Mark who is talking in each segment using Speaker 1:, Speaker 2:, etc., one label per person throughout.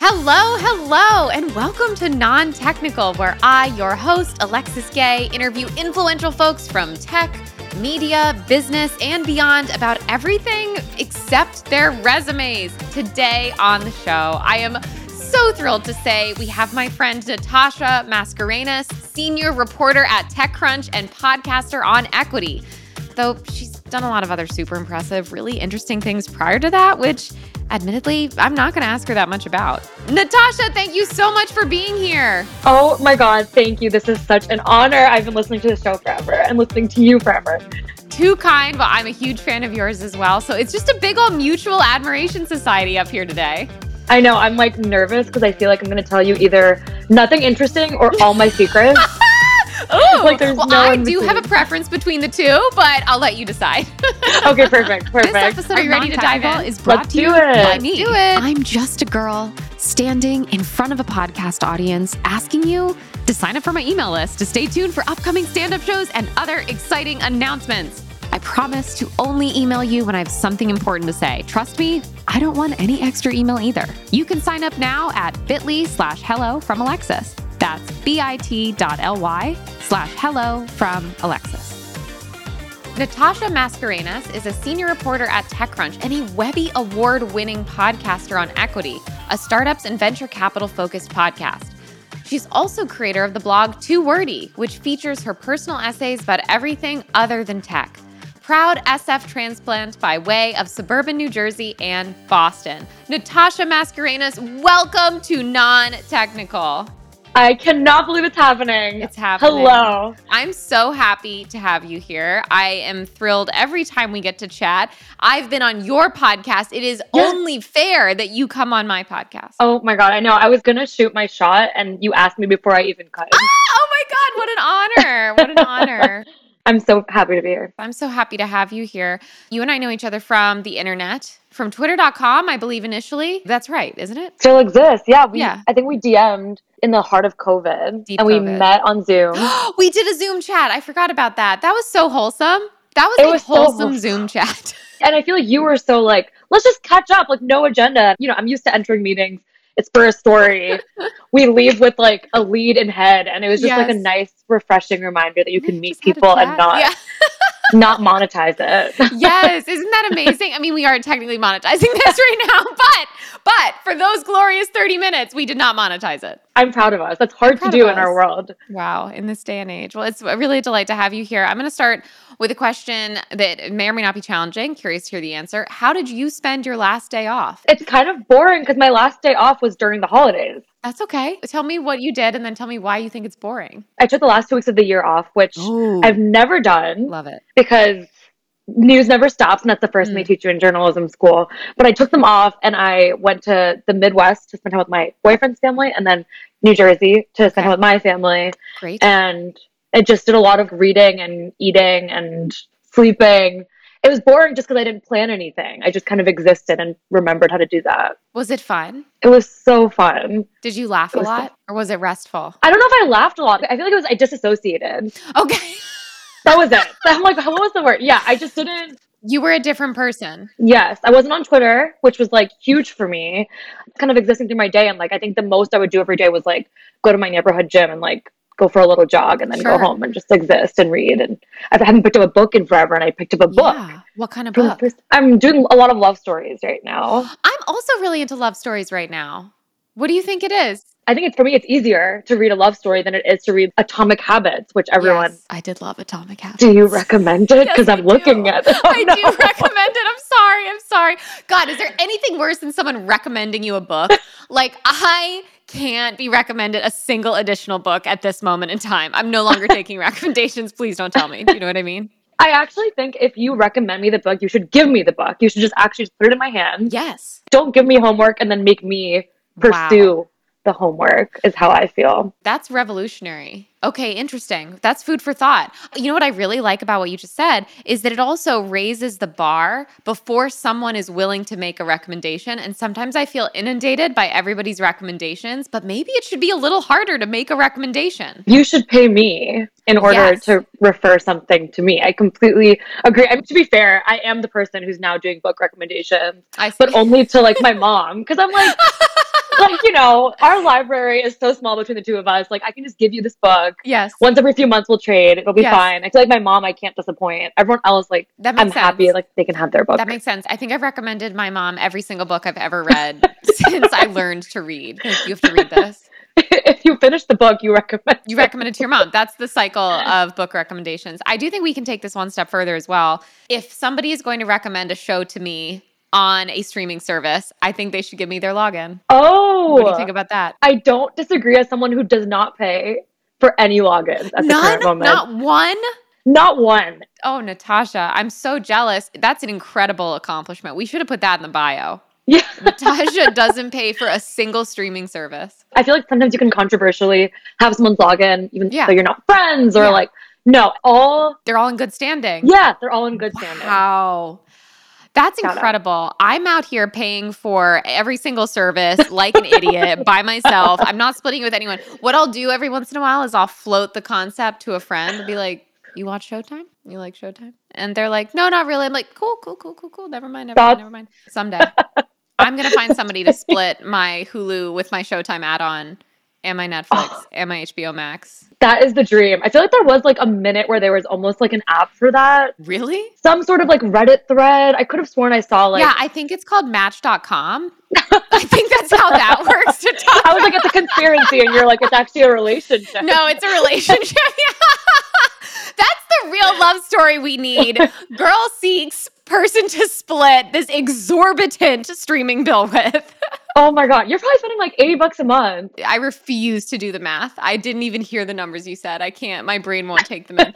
Speaker 1: Hello, hello, and welcome to Non Technical, where I, your host, Alexis Gay, interview influential folks from tech, media, business, and beyond about everything except their resumes. Today on the show, I am so thrilled to say we have my friend Natasha Mascarenas, senior reporter at TechCrunch and podcaster on equity. Though she's done a lot of other super impressive, really interesting things prior to that, which admittedly, I'm not going to ask her that much about. Natasha, thank you so much for being here.
Speaker 2: Oh my God, thank you. This is such an honor. I've been listening to the show forever and listening to you forever.
Speaker 1: Too kind, but I'm a huge fan of yours as well. So it's just a big old mutual admiration society up here today.
Speaker 2: I know, I'm like nervous because I feel like I'm going to tell you either nothing interesting or all my secrets.
Speaker 1: Oh, like well, no I do have a preference between the two, but I'll let you decide.
Speaker 2: okay, perfect, perfect. This
Speaker 1: episode Are you ready to dive in?
Speaker 3: Is brought
Speaker 2: Let's
Speaker 3: to you
Speaker 2: do it.
Speaker 3: by me.
Speaker 1: Do it.
Speaker 3: I'm just a girl standing in front of a podcast audience, asking you to sign up for my email list to stay tuned for upcoming stand-up shows and other exciting announcements. I promise to only email you when I have something important to say. Trust me, I don't want any extra email either. You can sign up now at bit.ly slash hello from Alexis. That's bit.ly slash hello from Alexis.
Speaker 1: Natasha Mascarenas is a senior reporter at TechCrunch and a Webby award winning podcaster on Equity, a startups and venture capital focused podcast. She's also creator of the blog Too Wordy, which features her personal essays about everything other than tech. Proud SF transplant by way of suburban New Jersey and Boston. Natasha Mascarenas, welcome to Non Technical.
Speaker 2: I cannot believe it's happening.
Speaker 1: It's happening.
Speaker 2: Hello.
Speaker 1: I'm so happy to have you here. I am thrilled every time we get to chat. I've been on your podcast. It is
Speaker 2: Yes.
Speaker 1: only fair that you come on my podcast.
Speaker 2: Oh my God, I know. I was going to shoot my shot and you asked me before I even could.
Speaker 1: Oh my God, what an honor. What an honor.
Speaker 2: I'm so happy to be here.
Speaker 1: I'm so happy to have you here. You and I know each other from the internet, from twitter.com, I believe initially. That's right, isn't it?
Speaker 2: Still exists. Yeah, we,
Speaker 1: Yeah.
Speaker 2: I think we DM'd in the heart of COVID
Speaker 1: Deep
Speaker 2: and we
Speaker 1: COVID.
Speaker 2: met on Zoom.
Speaker 1: we did a Zoom chat. I forgot about that. That was so wholesome. That was
Speaker 2: It
Speaker 1: a
Speaker 2: was so
Speaker 1: wholesome
Speaker 2: wholesome.
Speaker 1: Zoom chat.
Speaker 2: And I feel like you were so like, let's just catch up, like no agenda. You know, I'm used to entering meetings. It's for a story. we leave with like a lead in head, and it was just like a
Speaker 1: Yes.
Speaker 2: nice, refreshing reminder that you can meet
Speaker 1: Just had a
Speaker 2: people and
Speaker 1: chat.
Speaker 2: not
Speaker 1: Yeah.
Speaker 2: not monetize it.
Speaker 1: yes isn't that amazing i mean we are technically monetizing this right now but but for those glorious 30 minutes we did not monetize it
Speaker 2: I'm proud of us. That's hard to
Speaker 1: Proud
Speaker 2: do
Speaker 1: of
Speaker 2: in our
Speaker 1: us.
Speaker 2: world.
Speaker 1: wow in this day and age well it's really a delight to have you here i'm going to start with a question that may or may not be challenging curious to hear the answer how did you spend your last day off
Speaker 2: It's kind of boring because my last day off was during the holidays.
Speaker 1: that's okay tell me what you did and then tell me why you think it's boring
Speaker 2: I took the last two weeks of the year off, which
Speaker 3: Ooh.
Speaker 2: I've never done
Speaker 1: love it
Speaker 2: because news never stops, and that's the first thing
Speaker 1: Mm.
Speaker 2: they teach you in journalism school. But I took them off, and I went to the Midwest to spend time with my boyfriend's family, and then New Jersey to spend
Speaker 1: Okay.
Speaker 2: time with my family.
Speaker 1: great
Speaker 2: And I just did a lot of reading and eating and sleeping. It was boring just because I didn't plan anything. I just kind of existed and remembered how to do that.
Speaker 1: was it fun
Speaker 2: It was so fun.
Speaker 1: did you laugh a
Speaker 2: It was
Speaker 1: lot or was it restful
Speaker 2: I don't know if I laughed a lot. I feel like it was I disassociated.
Speaker 1: okay
Speaker 2: That was it. I'm like, what was the word? Yeah, I just didn't
Speaker 1: you were a different person
Speaker 2: Yes, I wasn't on Twitter, which was like huge for me, kind of existing through my day. And like, I think the most I would do every day was like go to my neighborhood gym and like go for a little jog and then
Speaker 1: Sure.
Speaker 2: go home and just exist and read. And I haven't picked up a book in forever, and I picked up a book.
Speaker 1: yeah what kind of
Speaker 2: For the
Speaker 1: book
Speaker 2: first- I'm doing a lot of love stories right now.
Speaker 1: I'm also really into love stories right now. What do you think it is?
Speaker 2: I think it's for me, it's easier to read a love story than it is to read Atomic Habits, which everyone.
Speaker 1: Yes, I did love Atomic Habits.
Speaker 2: Do you recommend it?
Speaker 1: Yes,
Speaker 2: Because
Speaker 1: I
Speaker 2: I'm looking
Speaker 1: do.
Speaker 2: at it. Oh,
Speaker 1: I do
Speaker 2: no.
Speaker 1: recommend it. I'm sorry. I'm sorry. God, is there anything worse than someone recommending you a book? like I can't be recommended a single additional book at this moment in time. I'm no longer taking recommendations. Please don't tell me. Do you know what I mean?
Speaker 2: I actually think if you recommend me the book, you should give me the book. You should just actually just put it in my hand.
Speaker 1: Yes.
Speaker 2: don't give me homework and then make me pursue the homework is how I feel.
Speaker 1: That's revolutionary. Okay, interesting. That's food for thought. You know what I really like about what you just said is that it also raises the bar before someone is willing to make a recommendation. And sometimes I feel inundated by everybody's recommendations, but maybe it should be a little harder to make a recommendation.
Speaker 2: You should pay me in order
Speaker 1: Yes.
Speaker 2: to refer something to me. I completely agree. I mean, to be fair, I am the person who's now doing book recommendations,
Speaker 1: I see.
Speaker 2: but only to like my mom because I'm like, like you know, our library is so small between the two of us. Like, I can just give you this book.
Speaker 1: Yes.
Speaker 2: Once every few months, we'll trade. It'll be
Speaker 1: Yes.
Speaker 2: fine. I feel like my mom, I can't disappoint. Everyone else, like,
Speaker 1: That makes
Speaker 2: I'm
Speaker 1: sense.
Speaker 2: happy. Like, they can have their book.
Speaker 1: That makes sense. I think I've recommended my mom every single book I've ever read since I learned to read. Like, you have to read this.
Speaker 2: if you finish the book, you recommend.
Speaker 1: You recommend it to your mom. That's the cycle of book recommendations. I do think we can take this one step further as well. If somebody is going to recommend a show to me on a streaming service, I think they should give me their login.
Speaker 2: Oh,
Speaker 1: What do you think about that?
Speaker 2: I don't disagree as someone who does not pay for any logins at the
Speaker 1: None,
Speaker 2: current moment.
Speaker 1: not one.
Speaker 2: Not one.
Speaker 1: Oh, Natasha, I'm so jealous. That's an incredible accomplishment. We should have put that in the bio.
Speaker 2: Yeah.
Speaker 1: Natasha doesn't pay for a single streaming service.
Speaker 2: I feel like sometimes you can controversially have someone's login, even
Speaker 1: Yeah.
Speaker 2: though you're not friends or
Speaker 1: Yeah.
Speaker 2: like, no, all,
Speaker 1: They're all in good standing.
Speaker 2: yeah, they're all in good standing.
Speaker 1: Wow. That's
Speaker 2: Shout out.
Speaker 1: incredible. I'm out here paying for every single service like an idiot by myself. I'm not splitting it with anyone. What I'll do every once in a while is I'll float the concept to a friend and be like, You watch Showtime? You like Showtime? And they're like, No, not really. I'm like, Cool, cool, cool, cool, cool. Never mind, never mind,
Speaker 2: That's-
Speaker 1: never mind. Someday. I'm going to find somebody to split my Hulu with my Showtime add on and my Netflix and my HBO Max.
Speaker 2: That is the dream. I feel like there was like a minute where there was almost like an app for that.
Speaker 1: Really?
Speaker 2: Some sort of like Reddit thread. I could have sworn I saw like
Speaker 1: yeah, I think it's called Match.com. I think that's how that works to talk.
Speaker 2: I was like, it's a conspiracy, and you're like, it's actually a relationship.
Speaker 1: No, it's a relationship. that's the real love story we need. Girl seeks person to split this exorbitant streaming bill with.
Speaker 2: Oh my god, you're probably spending like 80 bucks a month.
Speaker 1: I refuse to do the math. I didn't even hear the numbers you said. I can't. My brain won't take them in.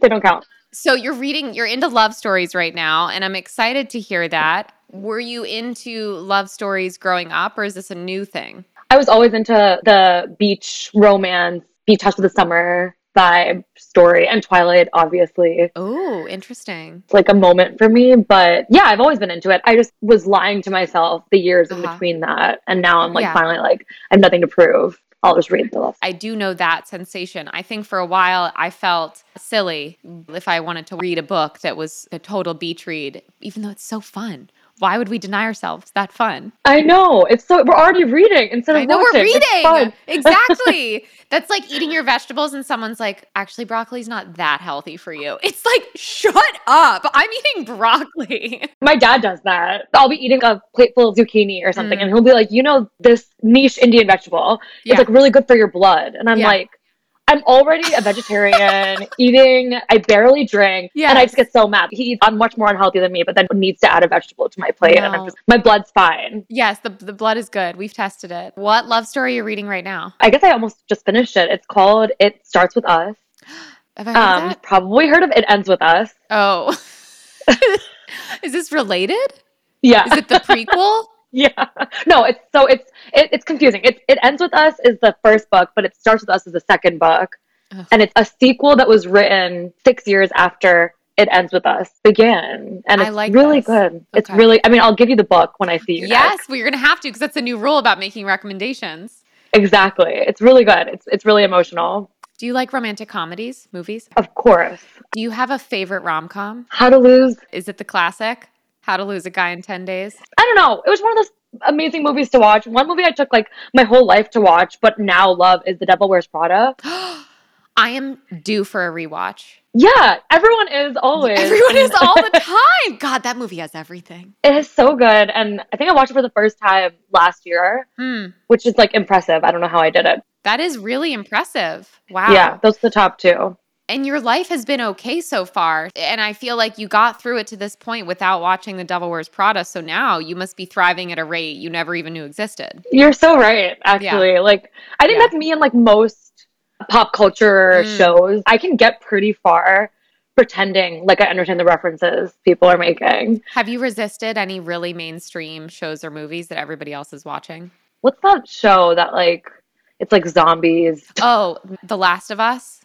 Speaker 2: They don't count.
Speaker 1: So you're reading, you're into love stories right now, and I'm excited to hear that. Were you into love stories growing up, or is this a new thing?
Speaker 2: I was always into the beach romance, beach house of the summer vibe story, and Twilight, obviously.
Speaker 1: Oh, interesting.
Speaker 2: It's like a moment for me, but yeah, I've always been into it. I just was lying to myself the years in
Speaker 1: Uh-huh.
Speaker 2: between that, and now I'm like
Speaker 1: Yeah.
Speaker 2: finally like I have nothing to prove. I'll just read the love.
Speaker 1: I do know that sensation. I think for a while I felt silly if I wanted to read a book that was a total beach read, even though it's so fun. Why would we deny ourselves that fun?
Speaker 2: I know it's so we're already reading instead of
Speaker 1: I know we're
Speaker 2: watching. It's
Speaker 1: reading.
Speaker 2: fun.
Speaker 1: Exactly. That's like eating your vegetables and someone's like, actually, broccoli's not that healthy for you. It's like, shut up. I'm eating broccoli.
Speaker 2: My dad does that. I'll be eating a plate full of zucchini or something,
Speaker 1: Mm.
Speaker 2: and he'll be like, "You know, this niche Indian vegetable.
Speaker 1: Yeah.
Speaker 2: It's like really good for your blood." And I'm
Speaker 1: Yeah.
Speaker 2: like, "I'm already a vegetarian, eating. I barely drink, and I
Speaker 1: Yes.
Speaker 2: just get so mad. He eats much more unhealthy than me, but then needs to add a vegetable to my plate, and
Speaker 1: No.
Speaker 2: I'm just my blood's fine.
Speaker 1: Yes, the, the blood is good. We've tested it. What love story are you reading right now?
Speaker 2: I guess I almost just finished it. It's called It Starts with Us.
Speaker 1: Have I heard
Speaker 2: Um,
Speaker 1: that?
Speaker 2: you've probably heard of It Ends with Us.
Speaker 1: Oh. is this related?
Speaker 2: Yeah,
Speaker 1: Is it the prequel?
Speaker 2: yeah. No, it's so it's it, it's confusing. It It Ends with Us is the first book, but It Starts with Us is the second book.
Speaker 1: Ugh.
Speaker 2: and it's a sequel that was written six years after it ends with us began and
Speaker 1: I
Speaker 2: it's
Speaker 1: like
Speaker 2: really
Speaker 1: this.
Speaker 2: good it's
Speaker 1: Okay.
Speaker 2: really i mean i'll give you the book when i see you
Speaker 1: yes,
Speaker 2: guys.
Speaker 1: well, you're going to have to because that's a new rule about making recommendations.
Speaker 2: exactly it's really good it's, it's really emotional
Speaker 1: Do you like romantic comedies, movies?
Speaker 2: of course
Speaker 1: Do you have a favorite rom com?
Speaker 2: how to lose
Speaker 1: Is it the classic? How to Lose a Guy in 10 Days?
Speaker 2: i don't know it was one of those amazing movies to watch one movie i took like my whole life to watch but now love is the devil wears prada
Speaker 1: I am due for a rewatch.
Speaker 2: yeah everyone is always
Speaker 1: Everyone is all the time. God, that movie has everything.
Speaker 2: it is so good and i think i watched it for the first time last year
Speaker 1: Hmm.
Speaker 2: which is like impressive i don't know how i did it
Speaker 1: That is really impressive. Wow.
Speaker 2: yeah those are the top two
Speaker 1: And your life has been okay so far. And I feel like you got through it to this point without watching The Devil Wears Prada. So now you must be thriving at a rate you never even knew existed.
Speaker 2: You're so right, actually. Like, I think
Speaker 1: Yeah.
Speaker 2: that's me in like most pop culture
Speaker 1: Mm.
Speaker 2: shows. I can get pretty far pretending like I understand the references people are making.
Speaker 1: Have you resisted any really mainstream shows or movies that everybody else is watching?
Speaker 2: What's that show that like it's like zombies?
Speaker 1: Oh, The Last of Us?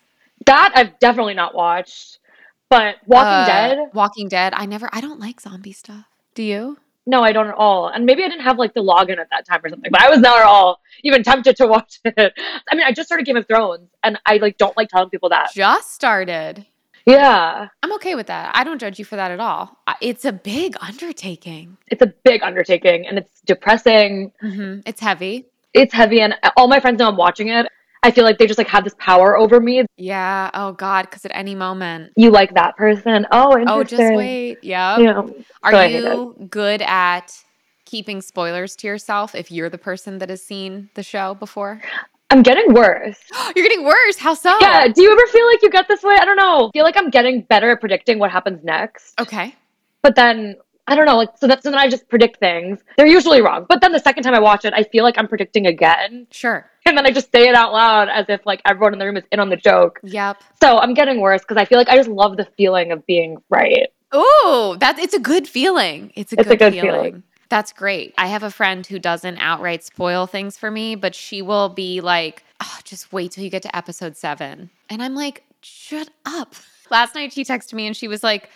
Speaker 2: That I've definitely not watched. But Walking
Speaker 1: Uh,
Speaker 2: Dead?
Speaker 1: Walking Dead. I never, I don't like zombie stuff. Do you?
Speaker 2: No, I don't at all. And maybe I didn't have like the login at that time or something, but I was not at all even tempted to watch it. I mean, I just started Game of Thrones and I like don't like telling people that.
Speaker 1: Uh, Just started.
Speaker 2: Yeah.
Speaker 1: I'm okay with that. I don't judge you for that at all. I- It's a big undertaking.
Speaker 2: It's a big undertaking and it's depressing.
Speaker 1: Mhm. It's heavy.
Speaker 2: it's heavy and all my friends know I'm watching it. I feel like they just like have this power over me.
Speaker 1: Yeah. Oh God, because at any moment.
Speaker 2: You like that person. Oh, interesting.
Speaker 1: Oh, just wait. Yeah.
Speaker 2: Yeah.
Speaker 1: Are
Speaker 2: So I hate
Speaker 1: you good at keeping spoilers to yourself if you're the person that has seen the show before?
Speaker 2: I'm getting worse.
Speaker 1: You're getting worse. How so?
Speaker 2: Yeah. Do you ever feel like you get this way? I don't know. I feel like I'm getting better at predicting what happens next.
Speaker 1: Okay.
Speaker 2: But then I don't know. Like so that's so then I just predict things. They're usually wrong. But then the second time I watch it, I feel like I'm predicting again.
Speaker 1: Sure.
Speaker 2: And then I just say it out loud as if like everyone in the room is in on the joke.
Speaker 1: Yep.
Speaker 2: So I'm getting worse because I feel like I just love the feeling of being right.
Speaker 1: Oh, that's it's a good feeling. It's a,
Speaker 2: It's a
Speaker 1: good,
Speaker 2: good
Speaker 1: feeling.
Speaker 2: feeling.
Speaker 1: That's great. I have a friend who doesn't outright spoil things for me, but she will be like, oh, just wait till you get to episode seven. And I'm like, shut up. Last night she texted me and she was like,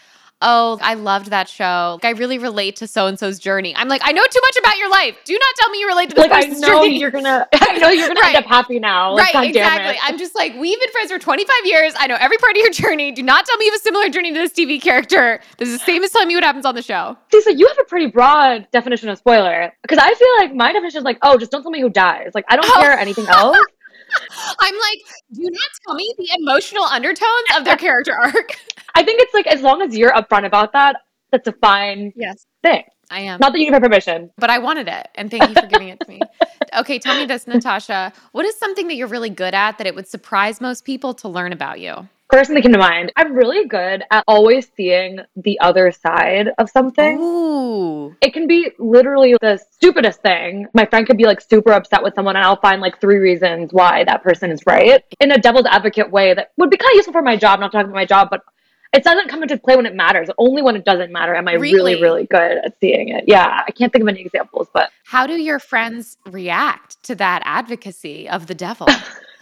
Speaker 1: Oh, I loved that show. Like, I really relate to so and so's journey. I'm like, I know too much about your life. Do not tell me you relate to this
Speaker 2: Like I
Speaker 1: person's
Speaker 2: know
Speaker 1: journey.
Speaker 2: you're gonna I know you're gonna
Speaker 1: Right.
Speaker 2: end up happy now. Like,
Speaker 1: right,
Speaker 2: God damn
Speaker 1: exactly.
Speaker 2: it.
Speaker 1: I'm just like, we've been friends for 25 years. I know every part of your journey. Do not tell me you have a similar journey to this TV character. This is the same as telling me what happens on the show.
Speaker 2: Lisa, you have a pretty broad definition of spoiler. Because I feel like my definition is like, oh, just don't tell me who dies. Like I don't
Speaker 1: Oh.
Speaker 2: care anything else.
Speaker 1: I'm like, do not tell me the emotional undertones of their character arc.
Speaker 2: I think it's like as long as you're upfront about that, that's a fine
Speaker 1: Yes,
Speaker 2: thing.
Speaker 1: I am.
Speaker 2: Not that you need my permission.
Speaker 1: but I wanted it. And thank you for giving it to me. Okay, tell me this, Natasha. What is something that you're really good at that it would surprise most people to learn about you?
Speaker 2: First thing that came to mind, I'm really good at always seeing the other side of something.
Speaker 1: Ooh.
Speaker 2: It can be literally the stupidest thing. My friend could be like super upset with someone, and I'll find like three reasons why that person is right in a devil's advocate way that would be kind of useful for my job, not talking about my job, but it doesn't come into play when it matters. Only when it doesn't matter am I
Speaker 1: Really?
Speaker 2: really, really good at seeing it. Yeah, I can't think of any examples, but
Speaker 1: How do your friends react to that advocacy of the devil?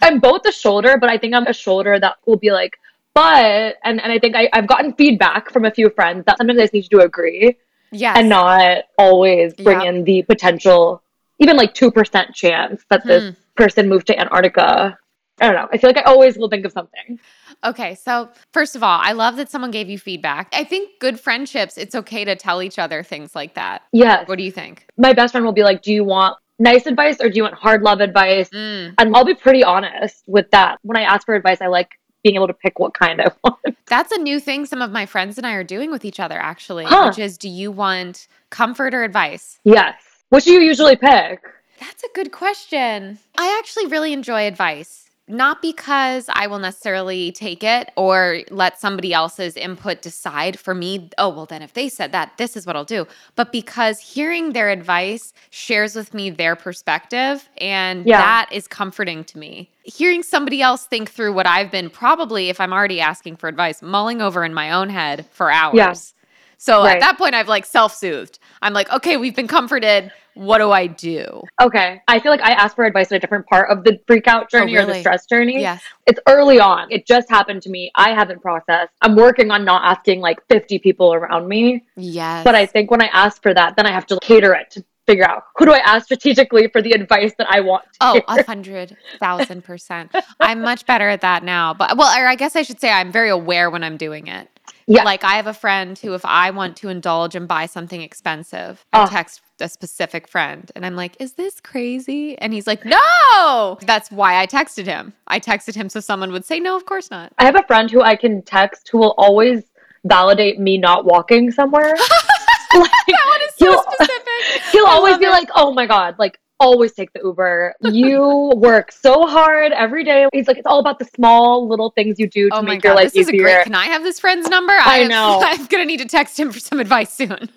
Speaker 2: I'm both a shoulder, but I think I'm a shoulder that will be like, but and, and I think I, I've gotten feedback from a few friends that sometimes I just need to agree
Speaker 1: Yes.
Speaker 2: and not always bring
Speaker 1: Yep.
Speaker 2: in the potential even like two percent chance that
Speaker 1: Hmm.
Speaker 2: this person moved to Antarctica. I don't know. I feel like I always will think of something.
Speaker 1: Okay, so first of all, I love that someone gave you feedback. I think good friendships, it's okay to tell each other things like that.
Speaker 2: Yes.
Speaker 1: What do you think?
Speaker 2: My best friend will be like, Do you want nice advice or do you want hard love advice?
Speaker 1: Mm,
Speaker 2: And I'll be pretty honest with that. When I ask for advice, I like being able to pick what kind I want.
Speaker 1: that's a new thing some of my friends and I are doing with each other, actually,
Speaker 2: Huh.
Speaker 1: which is do you want comfort or advice?
Speaker 2: yes. What do you usually pick?
Speaker 1: That's a good question. I actually really enjoy advice, not because I will necessarily take it or let somebody else's input decide for me, oh, well, then if they said that, this is what I'll do, but because hearing their advice shares with me their perspective. And
Speaker 2: Yeah.
Speaker 1: that is comforting to me. Hearing somebody else think through what I've been probably, if I'm already asking for advice, mulling over in my own head for hours.
Speaker 2: Yeah.
Speaker 1: So at
Speaker 2: Right.
Speaker 1: that point, I've like self soothed. I'm like, okay, we've been comforted. What do I do?
Speaker 2: Okay. I feel like I asked for advice in a different part of the freak out journey or
Speaker 1: Oh, really?
Speaker 2: the stress journey.
Speaker 1: Yes.
Speaker 2: It's early on. It just happened to me. I haven't processed. I'm working on not asking like 50 people around me.
Speaker 1: Yes.
Speaker 2: But I think when I ask for that, then I have to cater it to figure out who do I ask strategically for the advice that I want.
Speaker 1: Oh, a hundred thousand percent. I'm much better at that now. But well, or I guess I should say I'm very aware when I'm doing it.
Speaker 2: Yeah.
Speaker 1: Like I have a friend who, if I want to indulge and buy something expensive, I
Speaker 2: Oh.
Speaker 1: text a specific friend and I'm like, is this crazy? And he's like, no. That's why I texted him. I texted him so someone would say, no, of course not.
Speaker 2: I have a friend who I can text who will always validate me not walking somewhere. like,
Speaker 1: That is so
Speaker 2: You'll-
Speaker 1: specific.
Speaker 2: he'll
Speaker 1: I
Speaker 2: always
Speaker 1: love
Speaker 2: be
Speaker 1: it.
Speaker 2: like, oh my God, like, always take the Uber. You work so hard every day. He's like, it's all about the small little things you do to
Speaker 1: Oh my
Speaker 2: make your
Speaker 1: god,
Speaker 2: life
Speaker 1: this is a
Speaker 2: easier.
Speaker 1: great. Can I have this friend's number?
Speaker 2: I know.
Speaker 1: I'm gonna need to text him for some advice soon.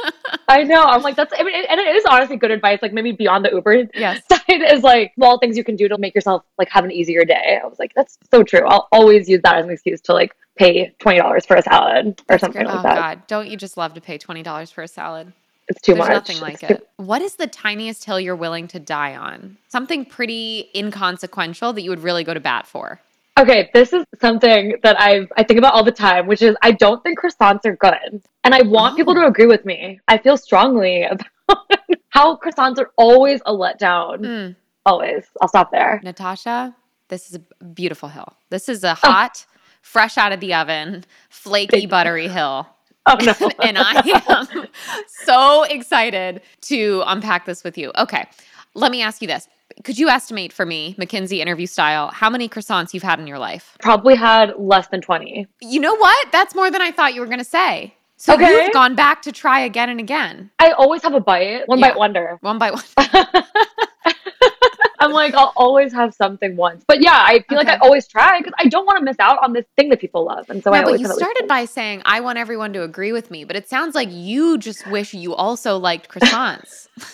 Speaker 2: I know. I'm like, that's, I mean, and it is honestly good advice. Like, maybe beyond the Uber
Speaker 1: yes.
Speaker 2: side is like small things you can do to make yourself like have an easier day. I was like, that's so true. I'll always use that as an excuse to like pay $20 for a salad or
Speaker 1: That's
Speaker 2: something
Speaker 1: great.
Speaker 2: like
Speaker 1: oh,
Speaker 2: that.
Speaker 1: God, don't you just love to pay twenty dollars for a salad?
Speaker 2: It's too
Speaker 1: There's
Speaker 2: much.
Speaker 1: nothing like
Speaker 2: It's too-
Speaker 1: it. What is the tiniest hill you're willing to die on? Something pretty inconsequential that you would really go to bat for.
Speaker 2: Okay, this is something that I've I think about all the time, which is I don't think croissants are good. And I want
Speaker 1: Oh.
Speaker 2: people to agree with me. I feel strongly about how croissants are always a letdown.
Speaker 1: Mm.
Speaker 2: Always. I'll stop there.
Speaker 1: Natasha, this is a beautiful hill. This is
Speaker 2: Oh.
Speaker 1: a hot, fresh out of the oven, flaky, buttery hill.
Speaker 2: Oh no.
Speaker 1: and I am so excited to unpack this with you. Okay, let me ask you this. could you estimate for me, McKinsey interview style, how many croissants you've had in your life?
Speaker 2: Probably had less than 20.
Speaker 1: You know what? That's more than I thought you were going to say. So
Speaker 2: Okay.
Speaker 1: you've gone back to try again and again,
Speaker 2: I always have a bite, one
Speaker 1: Yeah.
Speaker 2: bite wonder.
Speaker 1: one by one.
Speaker 2: I'm like, I'll always have something once. But yeah, I feel like
Speaker 1: Okay.
Speaker 2: I always try because I don't want to miss out on this thing that people love. And so I
Speaker 1: no, but
Speaker 2: always
Speaker 1: you
Speaker 2: have at least
Speaker 1: started by saying, I want everyone to agree with me, but it sounds like you just wish you also liked croissants.
Speaker 2: one.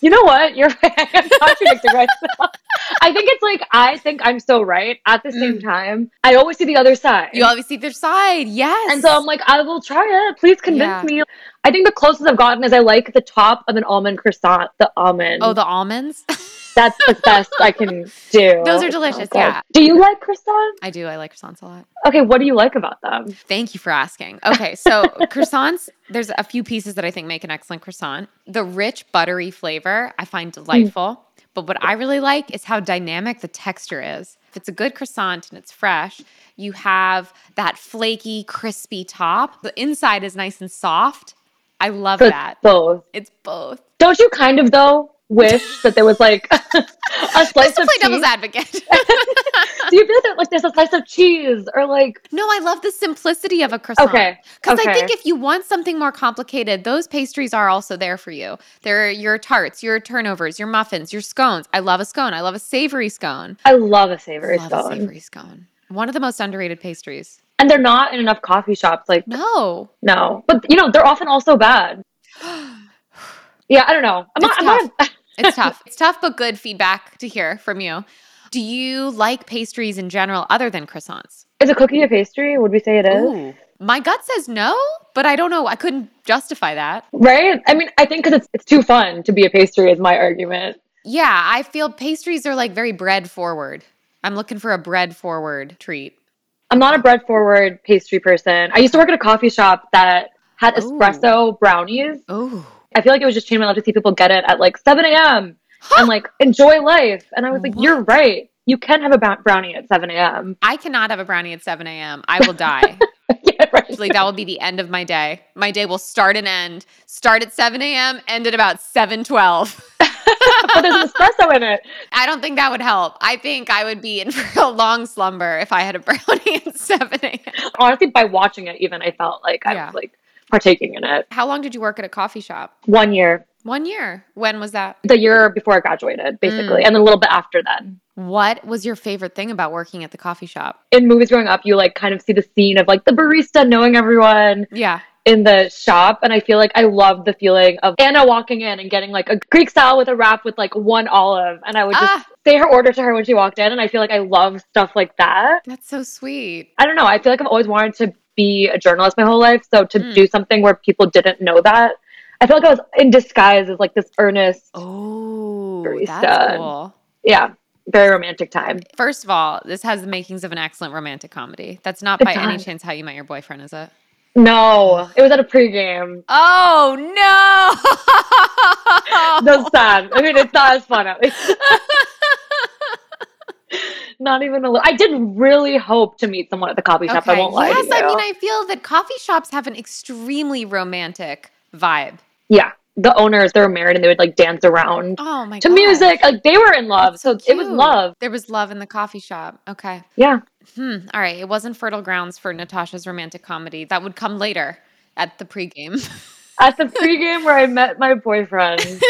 Speaker 2: You know what? You're right. I'm contradicting myself. I think it's like, I think I'm so right. At the same time, I always see the other side.
Speaker 1: Mm. you always see their side. Yes.
Speaker 2: And so I'm like, I will try it. Please convince
Speaker 1: Yeah.
Speaker 2: me. I think the closest I've gotten is I like the top of an almond croissant, the almond.
Speaker 1: oh, the almonds?
Speaker 2: That's the best I can do.
Speaker 1: Those are
Speaker 2: It's so
Speaker 1: delicious,
Speaker 2: good.
Speaker 1: yeah.
Speaker 2: Do you like croissants?
Speaker 1: I do. I like croissants a lot.
Speaker 2: Okay, what do you like about them?
Speaker 1: Thank you for asking. Okay, so croissants, there's a few pieces that I think make an excellent croissant. The rich, buttery flavor I find
Speaker 2: Mm.
Speaker 1: delightful, but what I really like is how dynamic the texture is. If it's a good croissant and it's fresh, you have that flaky, crispy top. The inside is nice and soft. I love
Speaker 2: So it's
Speaker 1: that.
Speaker 2: both.
Speaker 1: It's both.
Speaker 2: Don't you kind of though wish that there was like a slice
Speaker 1: Just to
Speaker 2: of
Speaker 1: play
Speaker 2: cheese?
Speaker 1: devil's advocate.
Speaker 2: Do you feel that like there's a slice of cheese or like
Speaker 1: No, I love the simplicity of a croissant.
Speaker 2: Okay,
Speaker 1: Because I
Speaker 2: okay.
Speaker 1: think if you want something more complicated, those pastries are also there for you. They're your tarts, your turnovers, your muffins, your scones. I love a scone. I love a savory scone.
Speaker 2: I love a savory
Speaker 1: love
Speaker 2: scone,
Speaker 1: a savory scone. One of the most underrated pastries.
Speaker 2: and they're not in enough coffee shops. Like
Speaker 1: No.
Speaker 2: no, but you know they're often also bad. Yeah, I don't know.
Speaker 1: It's
Speaker 2: I'm not. I'm not
Speaker 1: It's tough. it's tough, but good feedback to hear from you. Do you like pastries in general other than croissants?
Speaker 2: is a cookie a pastry? Would we say it is?
Speaker 1: Ooh. My gut says no, but I don't know. I couldn't justify that.
Speaker 2: Right? I mean, I think because it's it's too fun to be a pastry is my argument.
Speaker 1: Yeah, I feel pastries are like very bread forward. I'm looking for a bread forward treat.
Speaker 2: I'm not a bread forward pastry person. I used to work at a coffee shop that had espresso brownies.
Speaker 1: Oh,
Speaker 2: I feel like it was just changed my life to see people get it at like 7 a.m. and like enjoy life. And I was like, you're right. You can have a ba- brownie at 7 a.m.
Speaker 1: I cannot have a brownie at 7 a.m. I will die.
Speaker 2: yeah, right.
Speaker 1: Actually, that will be the end of my day. My day will start and end. Start at 7 a.m. End at about 7:12.
Speaker 2: But there's espresso in it.
Speaker 1: I don't think that would help. I think I would be in for a long slumber if I had a brownie at 7 a.m.
Speaker 2: Honestly, by watching it, even I felt like I
Speaker 1: Yeah.
Speaker 2: was like partaking in it.
Speaker 1: How long did you work at a coffee shop?
Speaker 2: One year,
Speaker 1: One year. When was that?
Speaker 2: the year before I graduated, basically, and then a little bit after then.
Speaker 1: What was your favorite thing about working at the coffee shop?
Speaker 2: in movies growing up, you like kind of see the scene of like the barista knowing everyone
Speaker 1: Yeah.
Speaker 2: in the shop. And I feel like I love the feeling of Anna walking in and getting like a Greek salad with a wrap with like one olive. And I would just
Speaker 1: Ah.
Speaker 2: say her order to her when she walked in. And I feel like I love stuff like that.
Speaker 1: That's so sweet.
Speaker 2: I don't know. I feel like I've always wanted to be a journalist my whole life. So
Speaker 1: Hmm.
Speaker 2: to do something where people didn't know that, I feel like I was in disguise as like this earnest,
Speaker 1: Oh,
Speaker 2: Barista.
Speaker 1: that's cool.
Speaker 2: yeah, very romantic time.
Speaker 1: First of all, this has the makings of an excellent romantic comedy. That's not
Speaker 2: It
Speaker 1: by any
Speaker 2: does.
Speaker 1: chance how you met your boyfriend, is it?
Speaker 2: No, it was at a pregame.
Speaker 1: Oh no!
Speaker 2: No sad. I mean, it's not as fun at least. not even a little. I did really hope to meet someone at the coffee shop. I won't lie.
Speaker 1: yes,
Speaker 2: to
Speaker 1: I
Speaker 2: you.
Speaker 1: mean I feel that coffee shops have an extremely romantic vibe.
Speaker 2: yeah. The owners, they were married, and they would like dance around
Speaker 1: Oh my
Speaker 2: to
Speaker 1: god.
Speaker 2: music. Like they were in love, so it was
Speaker 1: Cute.
Speaker 2: love.
Speaker 1: There was love in the coffee shop. Okay.
Speaker 2: Yeah.
Speaker 1: Hmm. All right. It wasn't fertile grounds for Natasha's romantic comedy. That would come later at the pregame.
Speaker 2: At the pregame where I met my boyfriend,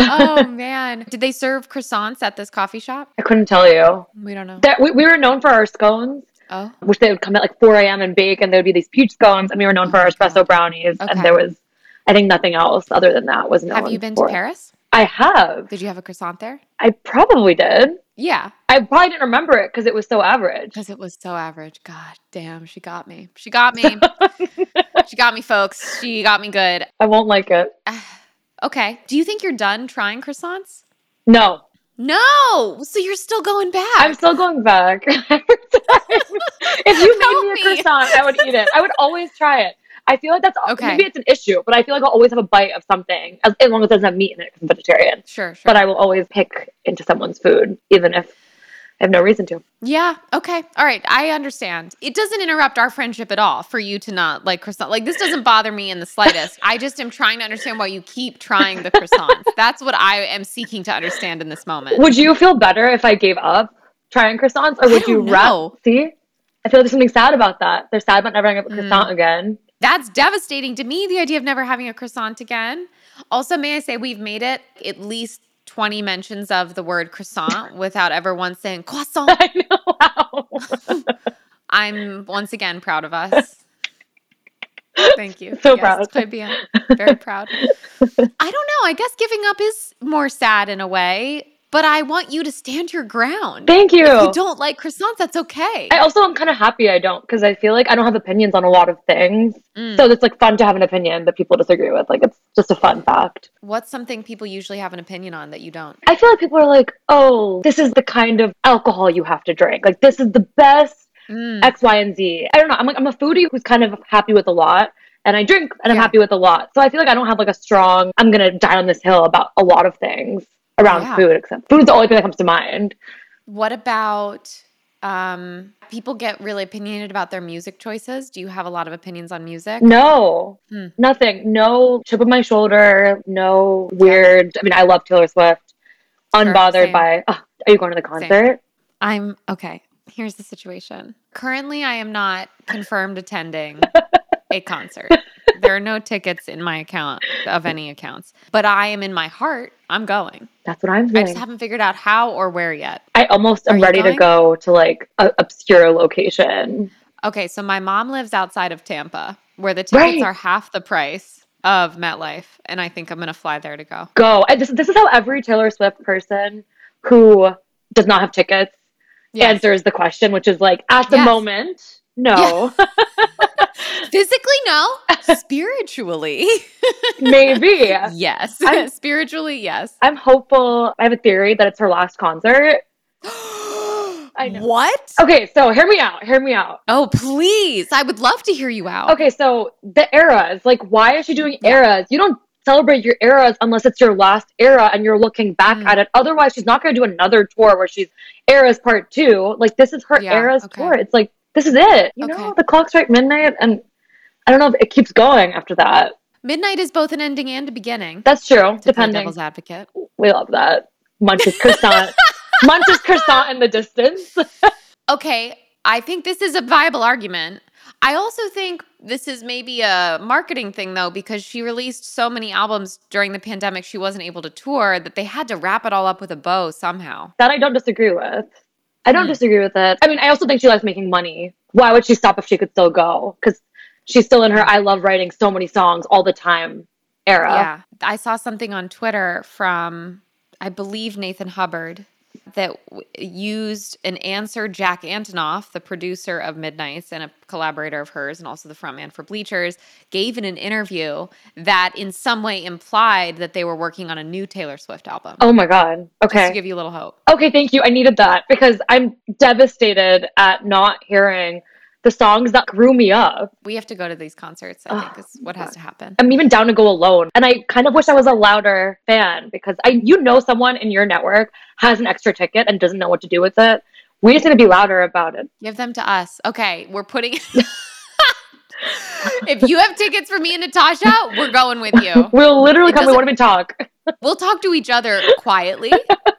Speaker 1: oh man. Did they serve croissants at this coffee shop?
Speaker 2: I couldn't tell you
Speaker 1: We don't know.
Speaker 2: that we, we were known for our scones.
Speaker 1: Oh.
Speaker 2: Which they would come at like 4 a.m. and bake, and there would be these peach scones, and we were known for our espresso brownies,
Speaker 1: Oh Okay.
Speaker 2: and there was, I think, nothing else other than that was known.
Speaker 1: Have you been to
Speaker 2: for.
Speaker 1: Paris?
Speaker 2: I have.
Speaker 1: Did you have a croissant there?
Speaker 2: I probably did.
Speaker 1: Yeah,
Speaker 2: I probably didn't remember it because it was so average.
Speaker 1: because it was so average. God damn, she got me. She got me. she got me, folks. She got me good.
Speaker 2: I won't like it.
Speaker 1: Okay. Do you think you're done trying croissants?
Speaker 2: No,
Speaker 1: No. So you're still going back.
Speaker 2: I'm still going back. Every time. if you
Speaker 1: Help
Speaker 2: made me a
Speaker 1: me.
Speaker 2: croissant, I would eat it. I would always try it. I feel like that's
Speaker 1: Okay.
Speaker 2: maybe it's an issue, but I feel like I'll always have a bite of something as, as long as it doesn't have meat in it because I'm vegetarian.
Speaker 1: sure, sure.
Speaker 2: But I will always pick into someone's food, even if I have no reason to.
Speaker 1: Yeah. Okay. All right. I understand. It doesn't interrupt our friendship at all for you to not like croissant. Like this doesn't bother me in the slightest. I just am trying to understand why you keep trying the croissants. That's what I am seeking to understand in this moment.
Speaker 2: Would you feel better if I gave up trying croissants, or would
Speaker 1: don't
Speaker 2: you
Speaker 1: know.
Speaker 2: rather? See, I feel there's something sad about that. They're sad about never having a
Speaker 1: Mm.
Speaker 2: croissant again.
Speaker 1: That's devastating to me, the idea of never having a croissant again. Also, may I say, we've made it at least 20 mentions of the word croissant without ever once saying croissant.
Speaker 2: I know. Wow.
Speaker 1: I'm once again proud of us. Thank you.
Speaker 2: So proud.
Speaker 1: Quite beyond. Very proud. I don't know. I guess giving up is more sad in a way, but I want you to stand your ground.
Speaker 2: Thank you.
Speaker 1: If you don't like croissants, that's okay.
Speaker 2: I also am kind of happy I don't because I feel like I don't have opinions on a lot of things.
Speaker 1: Mm.
Speaker 2: So it's like fun to have an opinion that people disagree with. Like it's just a fun fact.
Speaker 1: What's something people usually have an opinion on that you don't?
Speaker 2: I feel like people are like, oh, this is the kind of alcohol you have to drink. Like this is the best
Speaker 1: Mm.
Speaker 2: X, Y, and Z. I don't know. I'm like I'm a foodie who's kind of happy with a lot. And I drink and I'm
Speaker 1: Yeah.
Speaker 2: happy with a lot. So I feel like I don't have like a strong I'm gonna die on this hill about a lot of things around
Speaker 1: Yeah.
Speaker 2: food except food's the only thing that comes to mind.
Speaker 1: What about um, people get really opinionated about their music choices? Do you have a lot of opinions on music?
Speaker 2: No.
Speaker 1: Hmm.
Speaker 2: Nothing. No chip on my shoulder. No weird I mean, I love Taylor Swift. Unbothered
Speaker 1: same.
Speaker 2: by oh, are you going to the
Speaker 1: Same.
Speaker 2: concert?
Speaker 1: I'm okay. Here's the situation. Currently, I am not confirmed attending a concert. There are no tickets in my account of any accounts, but I am in my heart. I'm going.
Speaker 2: That's what I'm
Speaker 1: I
Speaker 2: doing.
Speaker 1: just haven't figured out how or where yet.
Speaker 2: I almost
Speaker 1: Are
Speaker 2: am
Speaker 1: you
Speaker 2: ready to
Speaker 1: going?
Speaker 2: go to like a obscure location.
Speaker 1: Okay, so my mom lives outside of Tampa, where the tickets
Speaker 2: Right.
Speaker 1: are half the price of MetLife, and I think I'm going to fly there to go.
Speaker 2: Go. I, this, this is how every Taylor Swift person who does not have tickets
Speaker 1: Yes.
Speaker 2: answers the question, which is like at the
Speaker 1: Yes.
Speaker 2: moment, no,
Speaker 1: Physically, no. Spiritually,
Speaker 2: maybe.
Speaker 1: yes.
Speaker 2: I'm-
Speaker 1: Spiritually, yes.
Speaker 2: I'm hopeful. I have a theory that it's her last concert.
Speaker 1: I
Speaker 2: know. Oh,
Speaker 1: What?
Speaker 2: Okay, so hear me out. Hear me out.
Speaker 1: Oh, please. I would love to hear you out.
Speaker 2: Okay, so the eras, like, why is she doing eras? You don't celebrate your eras unless it's your last era and you're looking back
Speaker 1: Mm.
Speaker 2: at it. Otherwise, she's not going to do another tour where she's eras part two. Like, this is her
Speaker 1: Yeah,
Speaker 2: eras
Speaker 1: okay.
Speaker 2: tour. It's like, this is it. You
Speaker 1: Okay.
Speaker 2: know, the clock strike midnight, and I don't know if it keeps going after that.
Speaker 1: Midnight is both an ending and a beginning.
Speaker 2: That's true,
Speaker 1: to play
Speaker 2: depending.
Speaker 1: devil's advocate.
Speaker 2: We love that. Munch's croissant. Munch's croissant in the distance.
Speaker 1: Okay, I think this is a viable argument. I also think this is maybe a marketing thing though, because she released so many albums during the pandemic she wasn't able to tour that they had to wrap it all up with a bow somehow.
Speaker 2: That I don't disagree with. I don't
Speaker 1: Hmm.
Speaker 2: disagree with it. I mean, I also think she likes making money. Why would she stop if she could still go? Because she's still in her I love writing so many songs all the time era.
Speaker 1: Yeah. I saw something on Twitter from, I believe, Nathan Hubbard that w- used an answer Jack Antonoff, the producer of Midnight's and a collaborator of hers, and also the frontman for Bleachers, gave in an interview that in some way implied that they were working on a new Taylor Swift album.
Speaker 2: Oh my God.
Speaker 1: Just to
Speaker 2: Okay.
Speaker 1: give you a little hope.
Speaker 2: okay, thank you. I needed that because I'm devastated at not hearing the songs that grew me up.
Speaker 1: We have to go to these concerts, I think, is what has to happen.
Speaker 2: I'm even down to go alone. And I kind of wish I was a louder fan because I you know someone in your network has an extra ticket and doesn't know what to do with it. We just need to be louder about it.
Speaker 1: Give them to us. Okay, we're putting. if you have tickets for me and Natasha, we're going with you.
Speaker 2: We'll literally
Speaker 1: It
Speaker 2: come. We
Speaker 1: doesn't-
Speaker 2: want to talk.
Speaker 1: We'll talk to each other quietly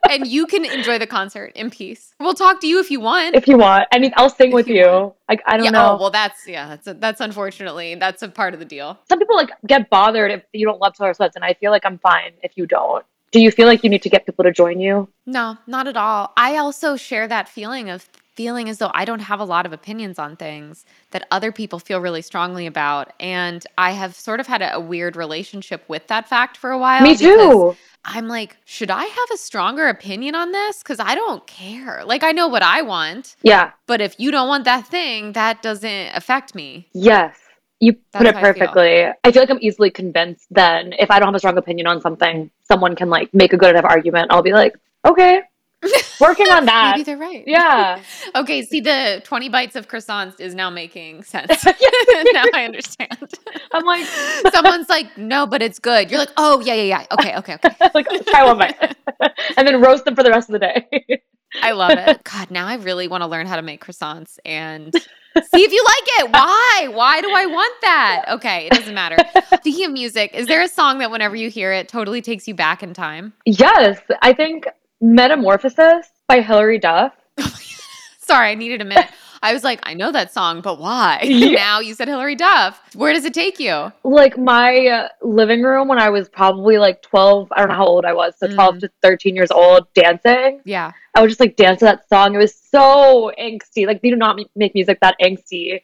Speaker 1: and you can enjoy the concert in peace. We'll talk to you if you want.
Speaker 2: if you want. I mean, I'll sing
Speaker 1: If
Speaker 2: with
Speaker 1: you
Speaker 2: you. Like, I don't
Speaker 1: yeah,
Speaker 2: know.
Speaker 1: Oh, well, that's, yeah, that's, that's unfortunately, that's a part of the deal.
Speaker 2: Some people like get bothered if you don't love Taylor Swift, and I feel like I'm fine if you don't. Do you feel like you need to get people to join you?
Speaker 1: No, not at all. I also share that feeling of feeling as though I don't have a lot of opinions on things that other people feel really strongly about. And I have sort of had a, a weird relationship with that fact for a while.
Speaker 2: Me
Speaker 1: because
Speaker 2: too.
Speaker 1: I'm like, should I have a stronger opinion on this? Because I don't care. Like, I know what I want.
Speaker 2: Yeah.
Speaker 1: But if you don't want that thing, that doesn't affect me.
Speaker 2: Yes. You
Speaker 1: That's
Speaker 2: put it
Speaker 1: how I feel.
Speaker 2: perfectly. I feel. like I'm easily convinced then if I don't have a strong opinion on something, someone can like make a good enough argument. I'll be like, okay, working on that.
Speaker 1: Maybe they're right.
Speaker 2: Yeah.
Speaker 1: Okay. See, the 20 bites of croissants is now making sense.
Speaker 2: Yes.
Speaker 1: now I understand.
Speaker 2: I'm like,
Speaker 1: Someone's like, no, but it's good. You're like, oh, yeah, yeah, yeah. Okay, okay, okay.
Speaker 2: like try one bite. and then roast them for the rest of the day.
Speaker 1: I love it. God, now I really want to learn how to make croissants and see if you like it. Why? Why do I want that? Okay, it doesn't matter. Speaking of music, is there a song that whenever you hear it totally takes you back in time?
Speaker 2: Yes, I think Metamorphosis by Hilary Duff.
Speaker 1: Sorry, I needed a minute. I was like, I know that song, but why?
Speaker 2: Yeah.
Speaker 1: Now you said Hillary Duff. Where does it take you?
Speaker 2: Like my uh, living room when I was probably like 12, I don't know how old I was, so
Speaker 1: Mm-hmm.
Speaker 2: 12 to 13 years old, dancing.
Speaker 1: Yeah.
Speaker 2: I would just like dance to that song. It was so angsty. Like they do not m- make music that angsty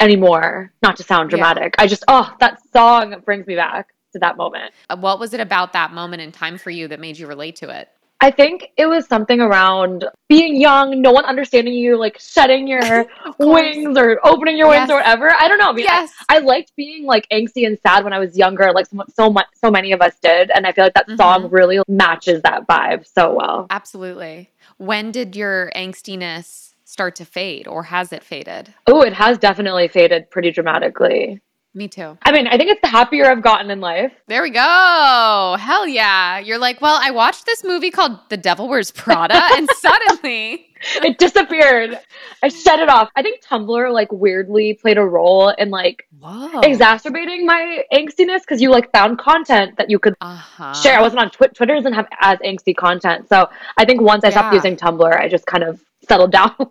Speaker 2: anymore, not to sound
Speaker 1: Yeah.
Speaker 2: dramatic. I just, oh, that song brings me back to that moment.
Speaker 1: Uh, What was it about that moment in time for you that made you relate to it?
Speaker 2: I think it was something around being young, no one understanding you, like shedding your
Speaker 1: course.
Speaker 2: wings or opening your
Speaker 1: Yes.
Speaker 2: wings or whatever. I don't know. I mean, I-
Speaker 1: Yes.
Speaker 2: I, liked being like angsty and sad when I was younger, like so, so much, so many of us did, and I feel like that
Speaker 1: Mhm.
Speaker 2: song really matches that vibe so well.
Speaker 1: Absolutely. When did your angstiness start to fade or has it faded?
Speaker 2: Oh, it has definitely faded pretty dramatically.
Speaker 1: Me too.
Speaker 2: I mean, I think it's the happier I've gotten in life.
Speaker 1: There we go. Hell yeah. You're like, well, I watched this movie called The Devil Wears Prada and suddenly.
Speaker 2: It disappeared. I shut it off. I think Tumblr like weirdly played a role in like
Speaker 1: Whoa.
Speaker 2: exacerbating my angstiness because you like found content that you could
Speaker 1: Uh huh.
Speaker 2: share. I wasn't on Twitter. Twitter doesn't have as angsty content. So I think once I stopped
Speaker 1: Yeah.
Speaker 2: using Tumblr, I just kind of settled down.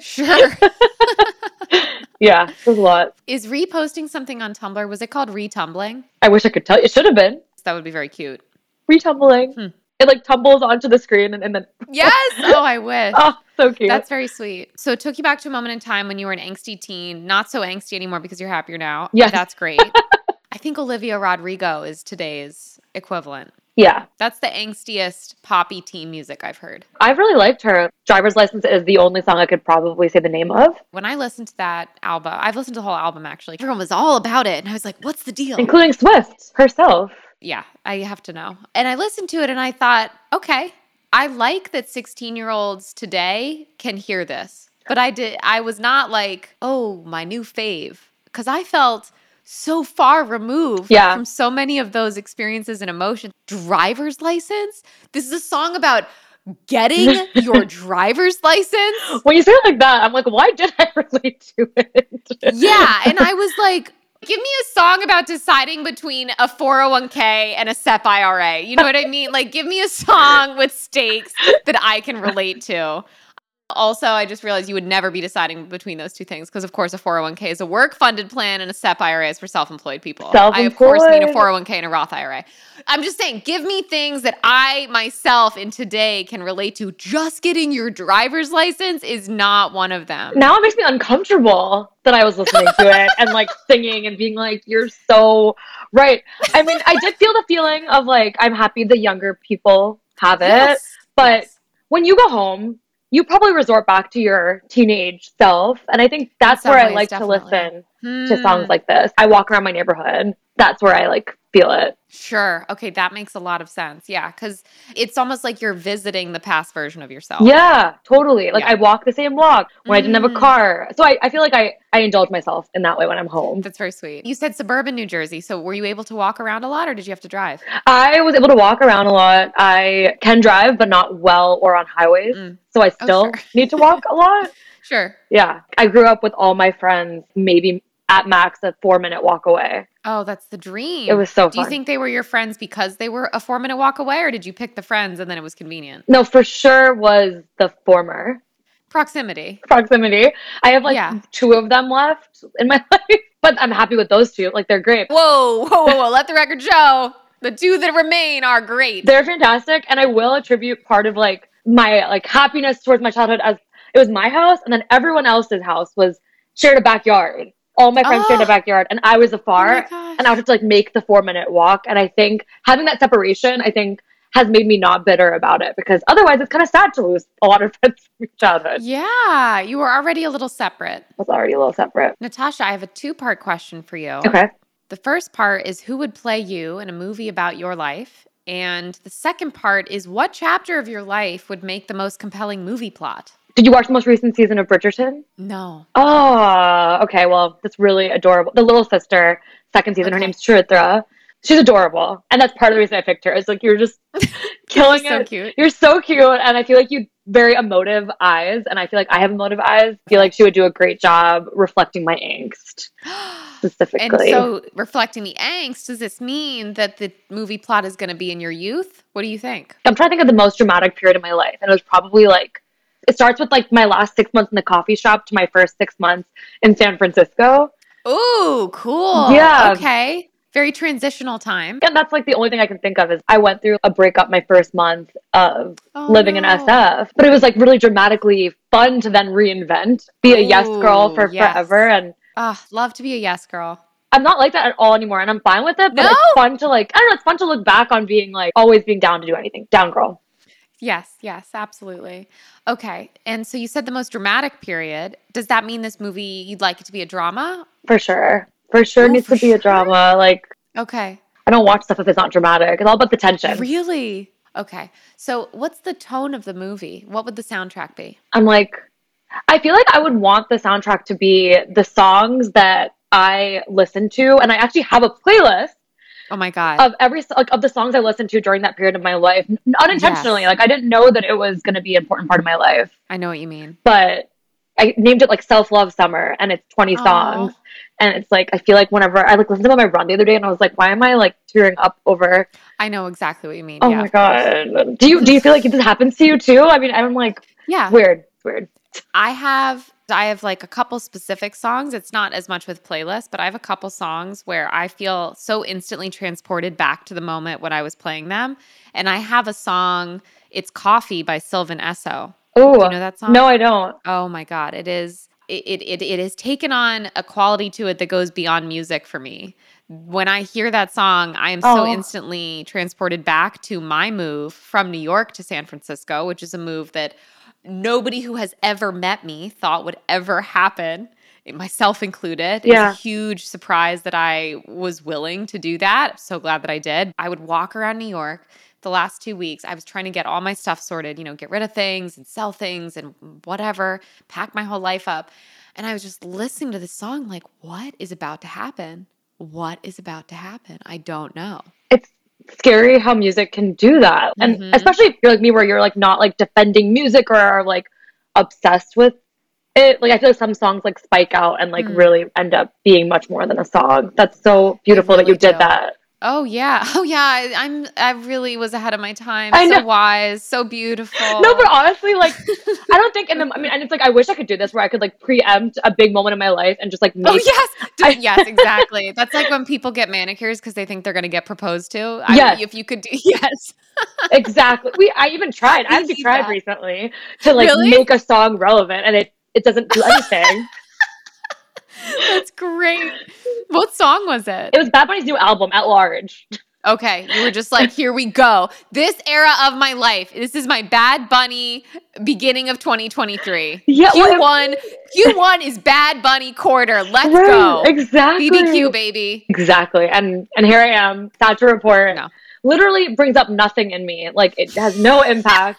Speaker 1: Sure.
Speaker 2: yeah, it was a lot.
Speaker 1: Is reposting something on Tumblr, was it called retumbling?
Speaker 2: I wish I could tell you. It should have been
Speaker 1: That would be very cute.
Speaker 2: retumbling.
Speaker 1: Hmm.
Speaker 2: It like tumbles onto the screen and, and then,
Speaker 1: Yes. Oh, I wish.
Speaker 2: oh, so cute.
Speaker 1: That's very sweet. So it took you back to a moment in time when you were an angsty teen, not so angsty anymore because you're happier now.
Speaker 2: Yes.
Speaker 1: That's great. I think Olivia Rodrigo is today's equivalent.
Speaker 2: yeah.
Speaker 1: That's the angstiest poppy teen music I've heard.
Speaker 2: I really liked her. Driver's License is the only song I could probably say the name of,
Speaker 1: When I listened to that album, I've listened to the whole album actually. Everyone was all about it. And I was like, what's the deal?
Speaker 2: including Swift herself.
Speaker 1: yeah, I have to know. And I listened to it and I thought, okay, I like that 16 year olds today can hear this. But I did, I was not like, oh, my new fave. Cause I felt so far removed
Speaker 2: Yeah.
Speaker 1: from so many of those experiences and emotions. Driver's license. This is a song about getting your driver's license.
Speaker 2: When you say it like that, I'm like, why did I relate to it?
Speaker 1: Yeah. And I was like, give me a song about deciding between a 401k and a SEP IRA. You know what I mean? Like, give me a song with stakes that I can relate to. Also, I just realized you would never be deciding between those two things because, of course, a 401k is a work funded plan and a SEP IRA is for self employed people. I, of course, need a
Speaker 2: Self-employed.
Speaker 1: 401k and a Roth IRA. I'm just saying, give me things that I myself in today can relate to. Just getting your driver's license is not one of them.
Speaker 2: now it makes me uncomfortable that I was listening to it and like singing and being like, you're so right. I mean, I did feel the feeling of like, I'm happy the younger people have it.
Speaker 1: Yes.
Speaker 2: But when you go home, you probably resort back to your teenage self. And I think that's
Speaker 1: some
Speaker 2: where I
Speaker 1: ways,
Speaker 2: like
Speaker 1: definitely.
Speaker 2: to listen to
Speaker 1: Hmm.
Speaker 2: songs like this. I walk around my neighborhood. That's where I like feel it.
Speaker 1: Sure. Okay, that makes a lot of sense. Yeah, because it's almost like you're visiting the past version of yourself.
Speaker 2: Yeah, totally. Like
Speaker 1: Oh. Yeah.
Speaker 2: I walk the same walk when I didn't have
Speaker 1: Mm.
Speaker 2: a car. So I, I feel like I, I indulge myself in that way when I'm home.
Speaker 1: That's very sweet. You said suburban New Jersey. So were you able to walk around a lot or did you have to drive?
Speaker 2: I was able to walk around a lot. I can drive, but not well or on highways.
Speaker 1: Mm.
Speaker 2: So I
Speaker 1: Oh,
Speaker 2: still
Speaker 1: sure.
Speaker 2: need to walk a lot.
Speaker 1: Sure.
Speaker 2: Yeah. I grew up with all my friends, maybe at max a four minute walk away.
Speaker 1: Oh, that's the dream.
Speaker 2: It was so
Speaker 1: Do you
Speaker 2: fun.
Speaker 1: think they were your friends because they were a four minute walk away or did you pick the friends and then it was convenient?
Speaker 2: no, for sure was the former
Speaker 1: Proximity.
Speaker 2: proximity. I have like
Speaker 1: Yeah.
Speaker 2: two of them left in my life, but I'm happy with those two. Like they're great.
Speaker 1: Whoa, whoa, whoa, whoa. Let the record show. The two that remain are great.
Speaker 2: They're fantastic. And I will attribute part of like my like happiness towards my childhood as it was my house and then everyone else's house was shared a backyard. All my friends shared
Speaker 1: Ah.
Speaker 2: a backyard and I was
Speaker 1: Oh
Speaker 2: afar
Speaker 1: my gosh.
Speaker 2: and I would have to like make the four minute walk. And I think having that separation, I think has made me not bitter about it because otherwise it's kind of sad to lose a lot of friends from your childhood.
Speaker 1: yeah, you were already a little separate.
Speaker 2: I was already a little separate.
Speaker 1: Natasha, I have a two part question for you.
Speaker 2: Okay.
Speaker 1: The first part is who would play you in a movie about your life? And the second part is what chapter of your life would make the most compelling movie plot?
Speaker 2: Did you watch the most recent season of Bridgerton?
Speaker 1: No.
Speaker 2: Oh, okay. Well, that's really adorable. The little sister, second season, her
Speaker 1: Okay.
Speaker 2: name's Chiritra. She's adorable. And that's part of the reason I picked her. It's like you're just killing
Speaker 1: so
Speaker 2: it.
Speaker 1: cute.
Speaker 2: You're so cute. And I feel like you very emotive eyes, and I feel like I have emotive eyes. I feel like she would do a great job reflecting my angst
Speaker 1: And
Speaker 2: specifically.
Speaker 1: so, reflecting the angst, does this mean that the movie plot is going to be in your youth? What do you think?
Speaker 2: I'm trying to think of the most dramatic period of my life, and it was probably like it starts with like my last six months in the coffee shop to my first six months in San Francisco.
Speaker 1: Ooh, cool.
Speaker 2: Yeah.
Speaker 1: Okay. Very transitional time.
Speaker 2: And that's like the only thing I can think of is I went through a breakup my first month of
Speaker 1: Oh,
Speaker 2: living in
Speaker 1: no.
Speaker 2: SF. But it was like really dramatically fun to then reinvent, be a yes girl
Speaker 1: Ooh,
Speaker 2: for
Speaker 1: yes.
Speaker 2: forever. And
Speaker 1: Ah, love to be a yes girl.
Speaker 2: I'm not like that at all anymore. And I'm fine with it. But
Speaker 1: No?
Speaker 2: it's fun to like, I don't know, it's fun to look back on being like always being down to do anything. Down girl.
Speaker 1: Yes, yes, absolutely. Okay. And so you said the most dramatic period. Does that mean this movie, you'd like it to be a drama?
Speaker 2: For sure. For sure
Speaker 1: Oh,
Speaker 2: needs
Speaker 1: for
Speaker 2: to be
Speaker 1: sure?
Speaker 2: a drama. Like,
Speaker 1: Okay.
Speaker 2: I don't watch stuff if it's not dramatic. It's all about the tension.
Speaker 1: Really? Okay. So what's the tone of the movie? What would the soundtrack be?
Speaker 2: I'm like, I feel like I would want the soundtrack to be the songs that I listen to. And I actually have a playlist.
Speaker 1: Oh my God.
Speaker 2: of every like of the songs I listened to during that period of my life n- unintentionally.
Speaker 1: Yes.
Speaker 2: Like I didn't know that it was going to be an important part of my life,
Speaker 1: I know what you mean.
Speaker 2: but I named it like Self Love Summer, and it's twenty
Speaker 1: Aw.
Speaker 2: songs. And it's like I feel like whenever I like listened to it on my run the other day, and I was like, why am I like tearing up over?
Speaker 1: I know exactly what you mean.
Speaker 2: Oh
Speaker 1: yeah.
Speaker 2: my god! Do you do you feel like this happens to you too? I mean, I'm like
Speaker 1: Yeah.
Speaker 2: weird, it's weird.
Speaker 1: I have I have like a couple specific songs. It's not as much with playlists, but I have a couple songs where I feel so instantly transported back to the moment when I was playing them. And I have a song, it's Coffee by Sylvan Esso.
Speaker 2: Oh
Speaker 1: Do you know that song?
Speaker 2: no, I don't.
Speaker 1: Oh my god, it is it it it, it has taken on a quality to it that goes beyond music for me. When I hear that song, I am so
Speaker 2: Oh.
Speaker 1: instantly transported back to my move from New York to San Francisco, which is a move that nobody who has ever met me thought would ever happen, myself included. It was
Speaker 2: Yeah.
Speaker 1: a huge surprise that I was willing to do that. I'm so glad that I did. I would walk around New York the last two weeks. I was trying to get all my stuff sorted, you know, get rid of things and sell things and whatever, pack my whole life up. And I was just listening to this song, like, what is about to happen? What is about to happen? I don't know.
Speaker 2: It's scary how music can do that,
Speaker 1: Mhm.
Speaker 2: and especially if you're like me, where you're like not like defending music or are like obsessed with it. Like I feel like some songs like spike out and like
Speaker 1: Mm.
Speaker 2: really end up being much more than a song. That's so beautiful that
Speaker 1: really
Speaker 2: you did
Speaker 1: do.
Speaker 2: that.
Speaker 1: Oh yeah. Oh yeah. I, I'm I really was ahead of my time.
Speaker 2: I
Speaker 1: so
Speaker 2: know.
Speaker 1: wise, so beautiful.
Speaker 2: No, but honestly, like I don't think in the. I mean, and it's like I wish I could do this where I could like preempt a big moment in my life and just like make.
Speaker 1: Oh yes, D-
Speaker 2: I-
Speaker 1: yes, exactly. That's like when people get manicures because they think they're going to get proposed to. I,
Speaker 2: Yes.
Speaker 1: if you could do yes,
Speaker 2: exactly. We I even tried. I actually
Speaker 1: need
Speaker 2: tried
Speaker 1: that.
Speaker 2: recently to like
Speaker 1: Really?
Speaker 2: make a song relevant, and it it doesn't do anything.
Speaker 1: that's great. What song was it?
Speaker 2: it was Bad Bunny's new album, At Large.
Speaker 1: Okay, you were just like, here we go. This era of my life. This is my Bad Bunny beginning of 2023.
Speaker 2: Yeah, well, it-
Speaker 1: Q1. Q1 is Bad Bunny quarter. Let's
Speaker 2: Right,
Speaker 1: go.
Speaker 2: Exactly.
Speaker 1: BBQ baby.
Speaker 2: Exactly. And and here I am, sad to report.
Speaker 1: No.
Speaker 2: Literally brings up nothing in me. Like it has no impact.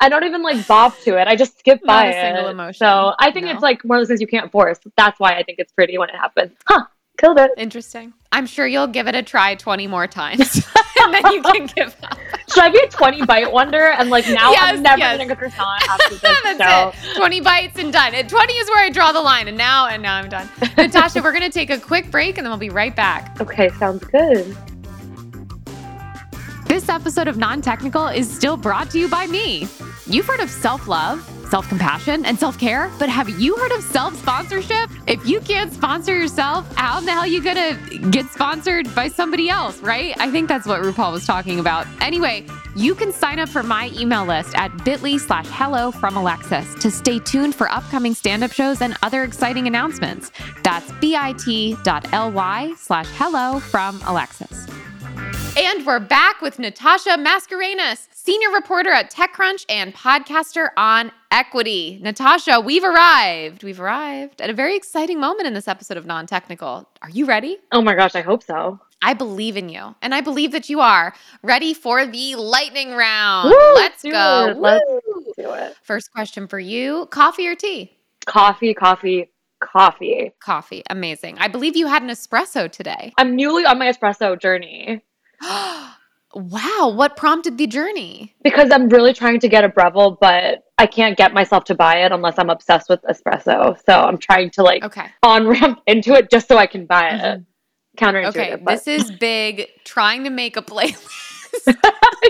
Speaker 2: I don't even like bop to it. I just skip
Speaker 1: Not
Speaker 2: by
Speaker 1: a single
Speaker 2: it.
Speaker 1: emotion.
Speaker 2: So I think
Speaker 1: No.
Speaker 2: it's like one of those things you can't force. That's why I think it's pretty when it happens. Huh. Killed it.
Speaker 1: Interesting. I'm sure you'll give it a try 20 more times, and then you can give up.
Speaker 2: Should I be a 20 bite wonder? And like now
Speaker 1: Yes,
Speaker 2: I'm never
Speaker 1: yes.
Speaker 2: gonna get croissant after this.
Speaker 1: That's
Speaker 2: so
Speaker 1: it. 20 bites and done. At 20 is where I draw the line, and now and now I'm done. Natasha, we're gonna take a quick break and then we'll be right back.
Speaker 2: okay, sounds good.
Speaker 3: This episode of Non Technical is still brought to you by me. You've heard of self love, self compassion, and self care, but have you heard of self sponsorship? If you can't sponsor yourself, how in the hell are you gonna get sponsored by somebody else, right? I think that's what RuPaul was talking about. Anyway, you can sign up for my email list at bit.ly slash hello from Alexis to stay tuned for upcoming stand up shows and other exciting announcements. That's bit.ly slash hello from Alexis.
Speaker 1: And we're back with Natasha Mascarenas, senior reporter at TechCrunch and podcaster on equity. Natasha, we've arrived. We've arrived at a very exciting moment in this episode of Non Technical. Are you ready?
Speaker 2: Oh my gosh, I hope so.
Speaker 1: I believe in you, and I believe that you are ready for the lightning round.
Speaker 2: Woo,
Speaker 1: Let's
Speaker 2: do
Speaker 1: go.
Speaker 2: it. Let's
Speaker 1: Woo.
Speaker 2: do it.
Speaker 1: First question for you coffee or tea?
Speaker 2: Coffee, coffee, coffee.
Speaker 1: Coffee. Amazing. I believe you had an espresso today.
Speaker 2: I'm newly on my espresso journey.
Speaker 1: Wow. What prompted the journey?
Speaker 2: because I'm really trying to get a Breville, but I can't get myself to buy it unless I'm obsessed with espresso. So I'm trying to like
Speaker 1: Okay.
Speaker 2: on ramp into it just so I can buy it.
Speaker 1: Mhm.
Speaker 2: Counterintuitive.
Speaker 1: Okay.
Speaker 2: but-
Speaker 1: This is big trying to make a playlist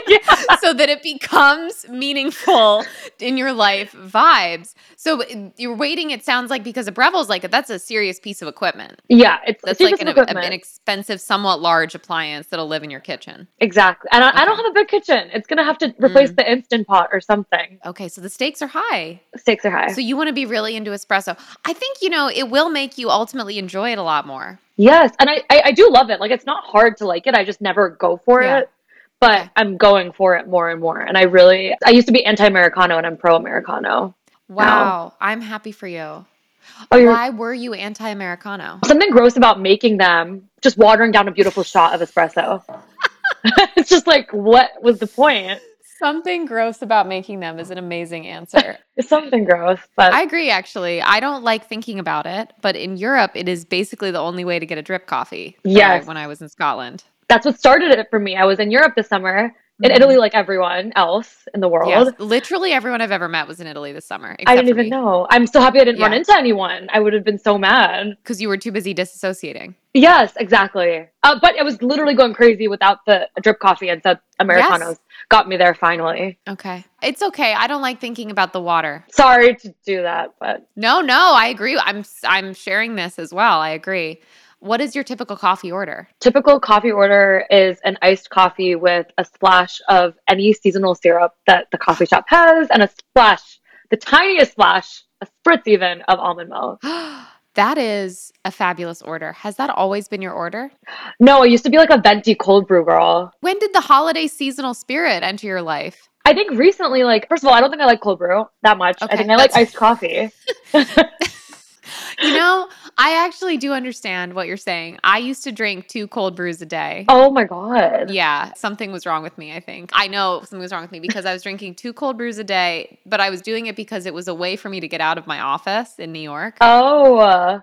Speaker 2: yeah.
Speaker 1: so that it becomes meaningful in your life vibes. So uh, you're waiting, it sounds like, because a Breville's like, that's a serious piece of equipment.
Speaker 2: Yeah, it's
Speaker 1: That's like
Speaker 2: it's just
Speaker 1: an, an
Speaker 2: equipment.
Speaker 1: expensive, somewhat large appliance that'll live in your kitchen.
Speaker 2: exactly. And I, I
Speaker 1: Okay.
Speaker 2: don't
Speaker 1: Mm.
Speaker 2: have a big kitchen. It's gonna have to replace the instant pot or something.
Speaker 1: Okay, so the stakes are high.
Speaker 2: Stakes are high.
Speaker 1: So you want to be really into espresso. I think, you know, it will make you ultimately enjoy it a lot more.
Speaker 2: yes, and I, I I do love it. Like it's not hard to like it. I just never go for
Speaker 1: Yeah.
Speaker 2: it. But
Speaker 1: Okay.
Speaker 2: I'm going for it more and more. And I really I used to be anti-Americano and I'm pro-Americano.
Speaker 1: Wow. I'm happy for you.
Speaker 2: Oh, you're
Speaker 1: Why were you anti Americano?
Speaker 2: something gross about making them just watering down a beautiful shot of espresso. it's just like, what was the point?
Speaker 1: Something gross about making them is an amazing answer.
Speaker 2: It's something gross, but
Speaker 1: I agree, actually. I don't like thinking about it, but in Europe, it is basically the only way to get a drip coffee. when I-
Speaker 2: Yes.
Speaker 1: When I was in Scotland.
Speaker 2: that's what started it for me. I was in Europe this summer, in
Speaker 1: Mhm.
Speaker 2: Italy, like everyone else in the world.
Speaker 1: Mm-hmm. Yes. Literally everyone I've ever met was in Italy this summer.
Speaker 2: I didn't even know. I'm so happy I didn't run
Speaker 1: Yeah.
Speaker 2: into anyone. I would have been so mad.
Speaker 1: Because you were too busy disassociating.
Speaker 2: Yes, exactly. Uh, but I was literally going crazy without the drip coffee, and so Americanos got me there finally.
Speaker 1: Okay. It's okay. I don't like thinking about the water.
Speaker 2: Sorry to do that, but
Speaker 1: No, no, I agree. I'm I'm sharing this as well. I agree. What is your typical coffee order?
Speaker 2: typical coffee order is an iced coffee with a splash of any seasonal syrup that the coffee shop has and a splash, the tiniest splash, a spritz even of almond milk.
Speaker 1: that is a fabulous order. Has that always been your order?
Speaker 2: No, I used to be like a venti cold brew girl.
Speaker 1: When did the holiday seasonal spirit enter your life?
Speaker 2: I think recently, like, first of all, I don't think I like cold brew that much.
Speaker 1: Okay,
Speaker 2: I think I like
Speaker 1: that's-
Speaker 2: iced coffee.
Speaker 1: You know, I actually do understand what you're saying. I used to drink two cold brews a day.
Speaker 2: Oh my God.
Speaker 1: Yeah, something was wrong with me, I think. I know something was wrong with me because I was drinking two cold brews a day, but I was doing it because it was a way for me to get out of my office in New York.
Speaker 2: Oh, uh,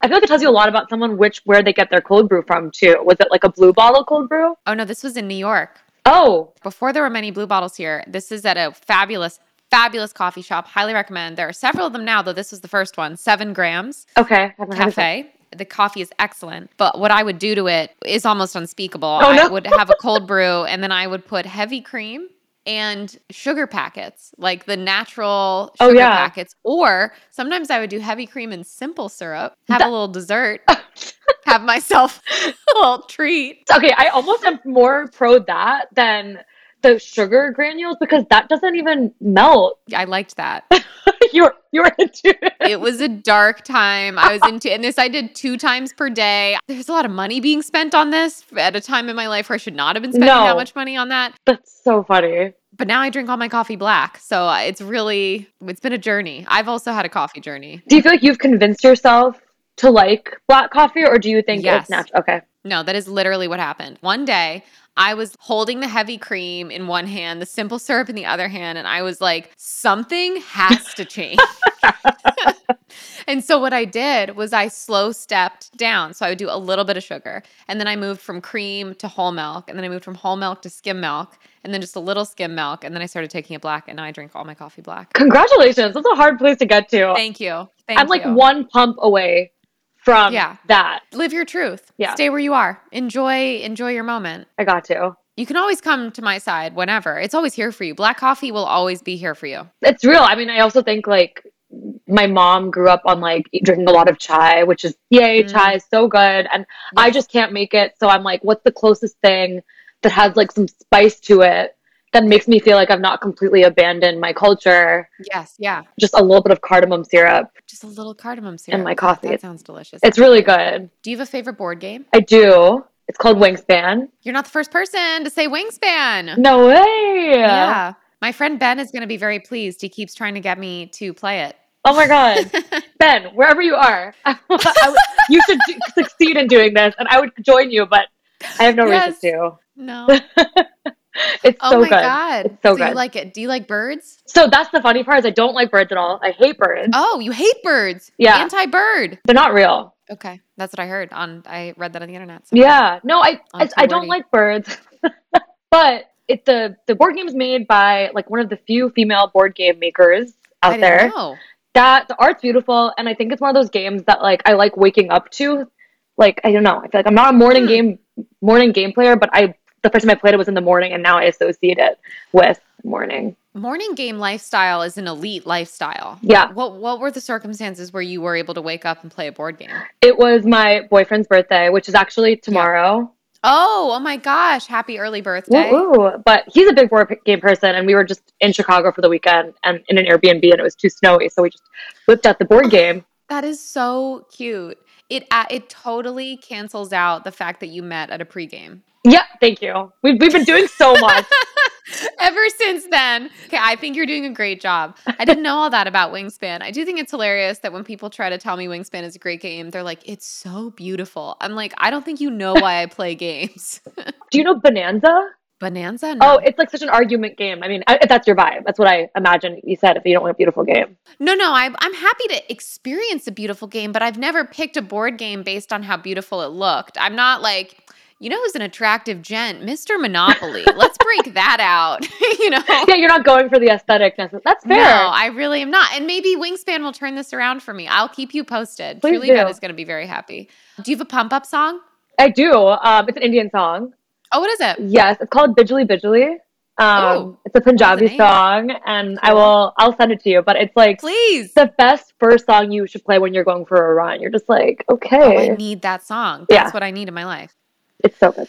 Speaker 2: I feel like it tells you a lot about someone, which, where they get their cold brew from, too. Was it like a blue bottle cold brew?
Speaker 1: Oh no, this was in New York.
Speaker 2: Oh,
Speaker 1: before there were many blue bottles here, this is at a fabulous, fabulous coffee shop. Highly recommend. There are several of them now, though this was the first one. Seven grams
Speaker 2: okay. Haven't had it.
Speaker 1: cafe. The coffee is excellent, but what I would do to it is almost unspeakable.
Speaker 2: Oh,
Speaker 1: I
Speaker 2: no.
Speaker 1: would have a cold brew and then I would put heavy cream and sugar packets, like the natural
Speaker 2: Oh,
Speaker 1: sugar
Speaker 2: yeah.
Speaker 1: packets. Or sometimes I would do heavy cream and simple syrup, have a little dessert, have myself a little treat.
Speaker 2: okay, I almost am more pro that than the sugar granules because that doesn't even melt.
Speaker 1: I liked that.
Speaker 2: you're you're into it.
Speaker 1: it was a dark time. I was into, and this I did two times per day. There's a lot of money being spent on this at a time in my life where I should not have been spending that
Speaker 2: No.
Speaker 1: much money on that.
Speaker 2: That's so funny.
Speaker 1: But now I drink all my coffee black, so uh, it's really it's been a journey. I've also had a coffee journey.
Speaker 2: Do you feel like you've convinced yourself to like black coffee, or do you think
Speaker 1: Yes.
Speaker 2: it's natural? Okay,
Speaker 1: No, that is literally what happened. One day, I was holding the heavy cream in one hand, the simple syrup in the other hand, and I was like, something has to change. and so, what I did was I slow stepped down. So, I would do a little bit of sugar, and then I moved from cream to whole milk, and then I moved from whole milk to skim milk, and then just a little skim milk, and then I started taking it black, and now I drink all my coffee black.
Speaker 2: congratulations. That's a hard place to get to.
Speaker 1: Thank you. Thank
Speaker 2: I'm like
Speaker 1: you.
Speaker 2: one pump away from
Speaker 1: Yeah.
Speaker 2: that.
Speaker 1: Live your truth.
Speaker 2: Yeah.
Speaker 1: Stay where you are. Enjoy. Enjoy your moment.
Speaker 2: I got to.
Speaker 1: You can always come to my side whenever. It's always here for you. Black coffee will always be here for you.
Speaker 2: It's real. I mean, I also think like my mom grew up on like drinking a lot of chai, which is yay,
Speaker 1: Mm.
Speaker 2: chai is so good. And I just can't make it. So I'm like, what's the closest thing that has like some spice to it that makes me feel like I've not completely abandoned my culture?
Speaker 1: Yes, yeah.
Speaker 2: Just a little bit of cardamom syrup.
Speaker 1: Just a little cardamom syrup.
Speaker 2: my coffee.
Speaker 1: That sounds delicious.
Speaker 2: It's really good.
Speaker 1: Do you have a favorite board game?
Speaker 2: I do. It's called Wingspan.
Speaker 1: You're not the first person to say Wingspan.
Speaker 2: No way.
Speaker 1: My friend Ben is going to be very pleased. He keeps trying to get me to play it.
Speaker 2: Oh my God. ben, wherever you are, I would- you should do, succeed in doing this. And I would join you, but I have no
Speaker 1: Yes.
Speaker 2: reason to.
Speaker 1: No.
Speaker 2: It's
Speaker 1: Oh
Speaker 2: so
Speaker 1: my
Speaker 2: good.
Speaker 1: god.
Speaker 2: It's so
Speaker 1: You
Speaker 2: good.
Speaker 1: like it? Do you like birds?
Speaker 2: So that's the funny part is I don't like birds at all. I hate birds.
Speaker 1: Oh, you hate birds.
Speaker 2: Yeah.
Speaker 1: Anti-bird.
Speaker 2: They're not real.
Speaker 1: Okay, that's what I heard on. I read that on the internet. so-
Speaker 2: Yeah. No, I
Speaker 1: On
Speaker 2: I, I don't
Speaker 1: Tawardi.
Speaker 2: like birds. But it the the board game is made by like one of the few female board game makers out
Speaker 1: I
Speaker 2: there.
Speaker 1: didn't know.
Speaker 2: That the art's beautiful, and I think it's one of those games that like I like waking up to. Like I don't know, I feel like I'm not a morning
Speaker 1: Hmm.
Speaker 2: game morning game player, but I the first time I played it was in the morning, and now I associate it with morning.
Speaker 1: Morning game lifestyle is an elite lifestyle.
Speaker 2: Yeah,
Speaker 1: What what were the circumstances where you were able to wake up and play a board game?
Speaker 2: it was my boyfriend's birthday, which is actually tomorrow.
Speaker 1: Oh, oh my gosh, happy early birthday.
Speaker 2: Woo, woo. But he's a big board p- game person, and we were just in Chicago for the weekend and in an Airbnb, and it was too snowy, so we just whipped out the board game.
Speaker 1: That is so cute. It a- it totally cancels out the fact that you met at a pregame.
Speaker 2: Yeah, thank you. We've, we've been doing so much.
Speaker 1: Ever since then, okay, I think you're doing a great job. I didn't know all that about Wingspan. I do think it's hilarious that when people try to tell me Wingspan is a great game, they're like, "It's so beautiful." I'm like, I don't think you know why I play games.
Speaker 2: Do you know Bonanza?
Speaker 1: Bonanza. No.
Speaker 2: Oh, it's like such an argument game. I mean, I, if that's your vibe, that's what I imagine you said. If you don't want a beautiful game,
Speaker 1: No, no, I, I'm happy to experience a beautiful game, but I've never picked a board game based on how beautiful it looked. I'm not like, you know, who's an attractive gent? Mr. Monopoly. Let's break that out. you know?
Speaker 2: yeah, you're not going for the aesthetic. necess- That's fair.
Speaker 1: No, I really am not. And maybe Wingspan will turn this around for me. I'll keep you posted.
Speaker 2: Please
Speaker 1: Truly Bed
Speaker 2: do.
Speaker 1: is going to be very happy. Do you have a pump up song?
Speaker 2: I do. Um, it's an Indian song.
Speaker 1: Oh, what is it?
Speaker 2: Yes, it's called Bijli Bijli. Um,
Speaker 1: Oh,
Speaker 2: it's a Punjabi
Speaker 1: name.
Speaker 2: song, and I
Speaker 1: Cool.
Speaker 2: will. I'll send it to you. But it's like
Speaker 1: Please.
Speaker 2: the best first song you should play when you're going for a run. You're just like,
Speaker 1: Oh, I
Speaker 2: okay,
Speaker 1: need that song.
Speaker 2: Yeah.
Speaker 1: That's what I need in my life.
Speaker 2: it's so good.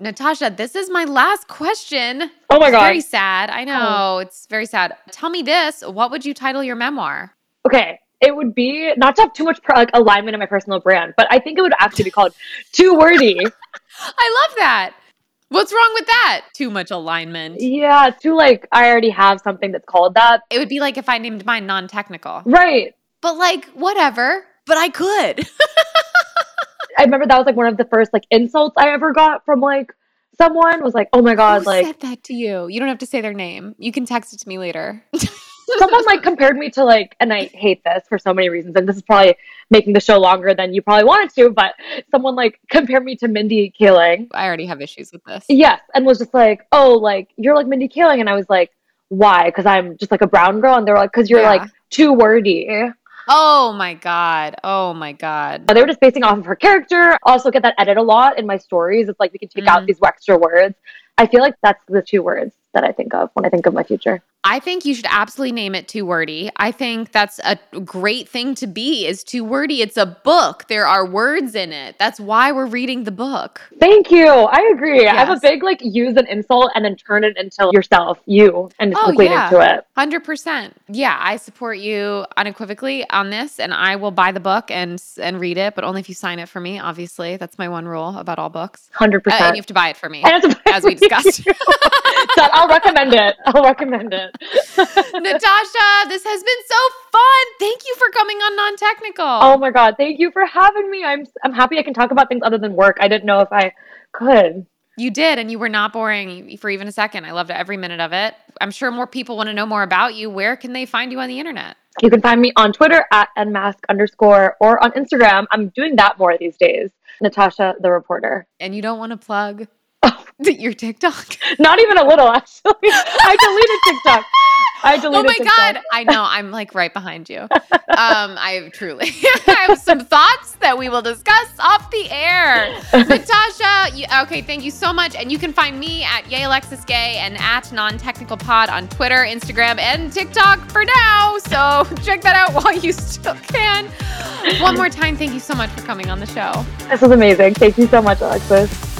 Speaker 1: Natasha, this is my last question.
Speaker 2: Oh my
Speaker 1: It's
Speaker 2: god. Oh.
Speaker 1: Very sad. I know. It's very sad. Tell me this. What would you title your memoir?
Speaker 2: Okay, it would be not to have too much per, like alignment in my personal brand, but I think it would actually be called too wordy.
Speaker 1: I love that. What's wrong with that? Too much alignment.
Speaker 2: yeah, too like I already have something that's called that.
Speaker 1: It would be like if I named mine non technical,
Speaker 2: Right.
Speaker 1: but like, whatever. But I could.
Speaker 2: I remember that was like one of the first like insults I ever got from like someone was like, oh my god,
Speaker 1: Who
Speaker 2: like
Speaker 1: said that to you? You don't have to say their name. You can text it to me later.
Speaker 2: someone like compared me to like and i hate this for so many reasons and this is probably making the show longer than you probably wanted to but someone like compared me to mindy kaling
Speaker 1: I already have issues with this.
Speaker 2: yes and was just like oh like you're like mindy kaling and i was like why because i'm just like a brown girl and they were like because you're
Speaker 1: Yeah.
Speaker 2: like too wordy Uh,
Speaker 1: Oh my God. Oh my God.
Speaker 2: they were just basing off of her character also get that edit a lot in my stories it's like we can take out
Speaker 1: Mhm.
Speaker 2: these extra words i feel like that's the two words that i think of when i think of my future
Speaker 1: I think you should absolutely name it Too Wordy. I think that's a great thing to be is Too Wordy. It's a book. There are words in it. That's why we're reading the book.
Speaker 2: Thank you. I agree. I'm a
Speaker 1: Yes.
Speaker 2: big like use an insult and then turn it into yourself, you, and
Speaker 1: Oh,
Speaker 2: just lean
Speaker 1: yeah.
Speaker 2: into it.
Speaker 1: 100%. Yeah, I support you unequivocally on this and I will buy the book and and read it, but only if you sign it for me, obviously. That's my one rule about all books.
Speaker 2: Hundred
Speaker 1: Uh, and you
Speaker 2: percent.
Speaker 1: have to buy it for me.
Speaker 2: And it's
Speaker 1: as we discussed.
Speaker 2: So I'll recommend it. I'll recommend it.
Speaker 1: Natasha, this has been so fun. Thank you for coming on Non Technical.
Speaker 2: Oh my god, thank you for having me. I'm I'm happy I can talk about things other than work. I didn't know if I could.
Speaker 1: You did, and you were not boring for even a second. I loved every minute of it. I'm sure more people want to know more about you. Where can they find you on the internet?
Speaker 2: You can find me on Twitter at nmask underscore or on Instagram. I'm doing that more these days. Natasha the reporter.
Speaker 1: And you don't want to plug your TikTok.
Speaker 2: Not even a little actually. I deleted TikTok. I deleted
Speaker 1: oh my
Speaker 2: TikTok.
Speaker 1: God. I know. I'm like right behind you. Um, I truly I have some thoughts that we will discuss off the air. Natasha, you, okay, thank you so much. And you can find me at Yay Alexis Gay and at Non Technical Pod on Twitter, Instagram, and TikTok for now. So check that out while you still can. One more time, thank you so much for coming on the show.
Speaker 2: This is amazing. Thank you so much, Alexis.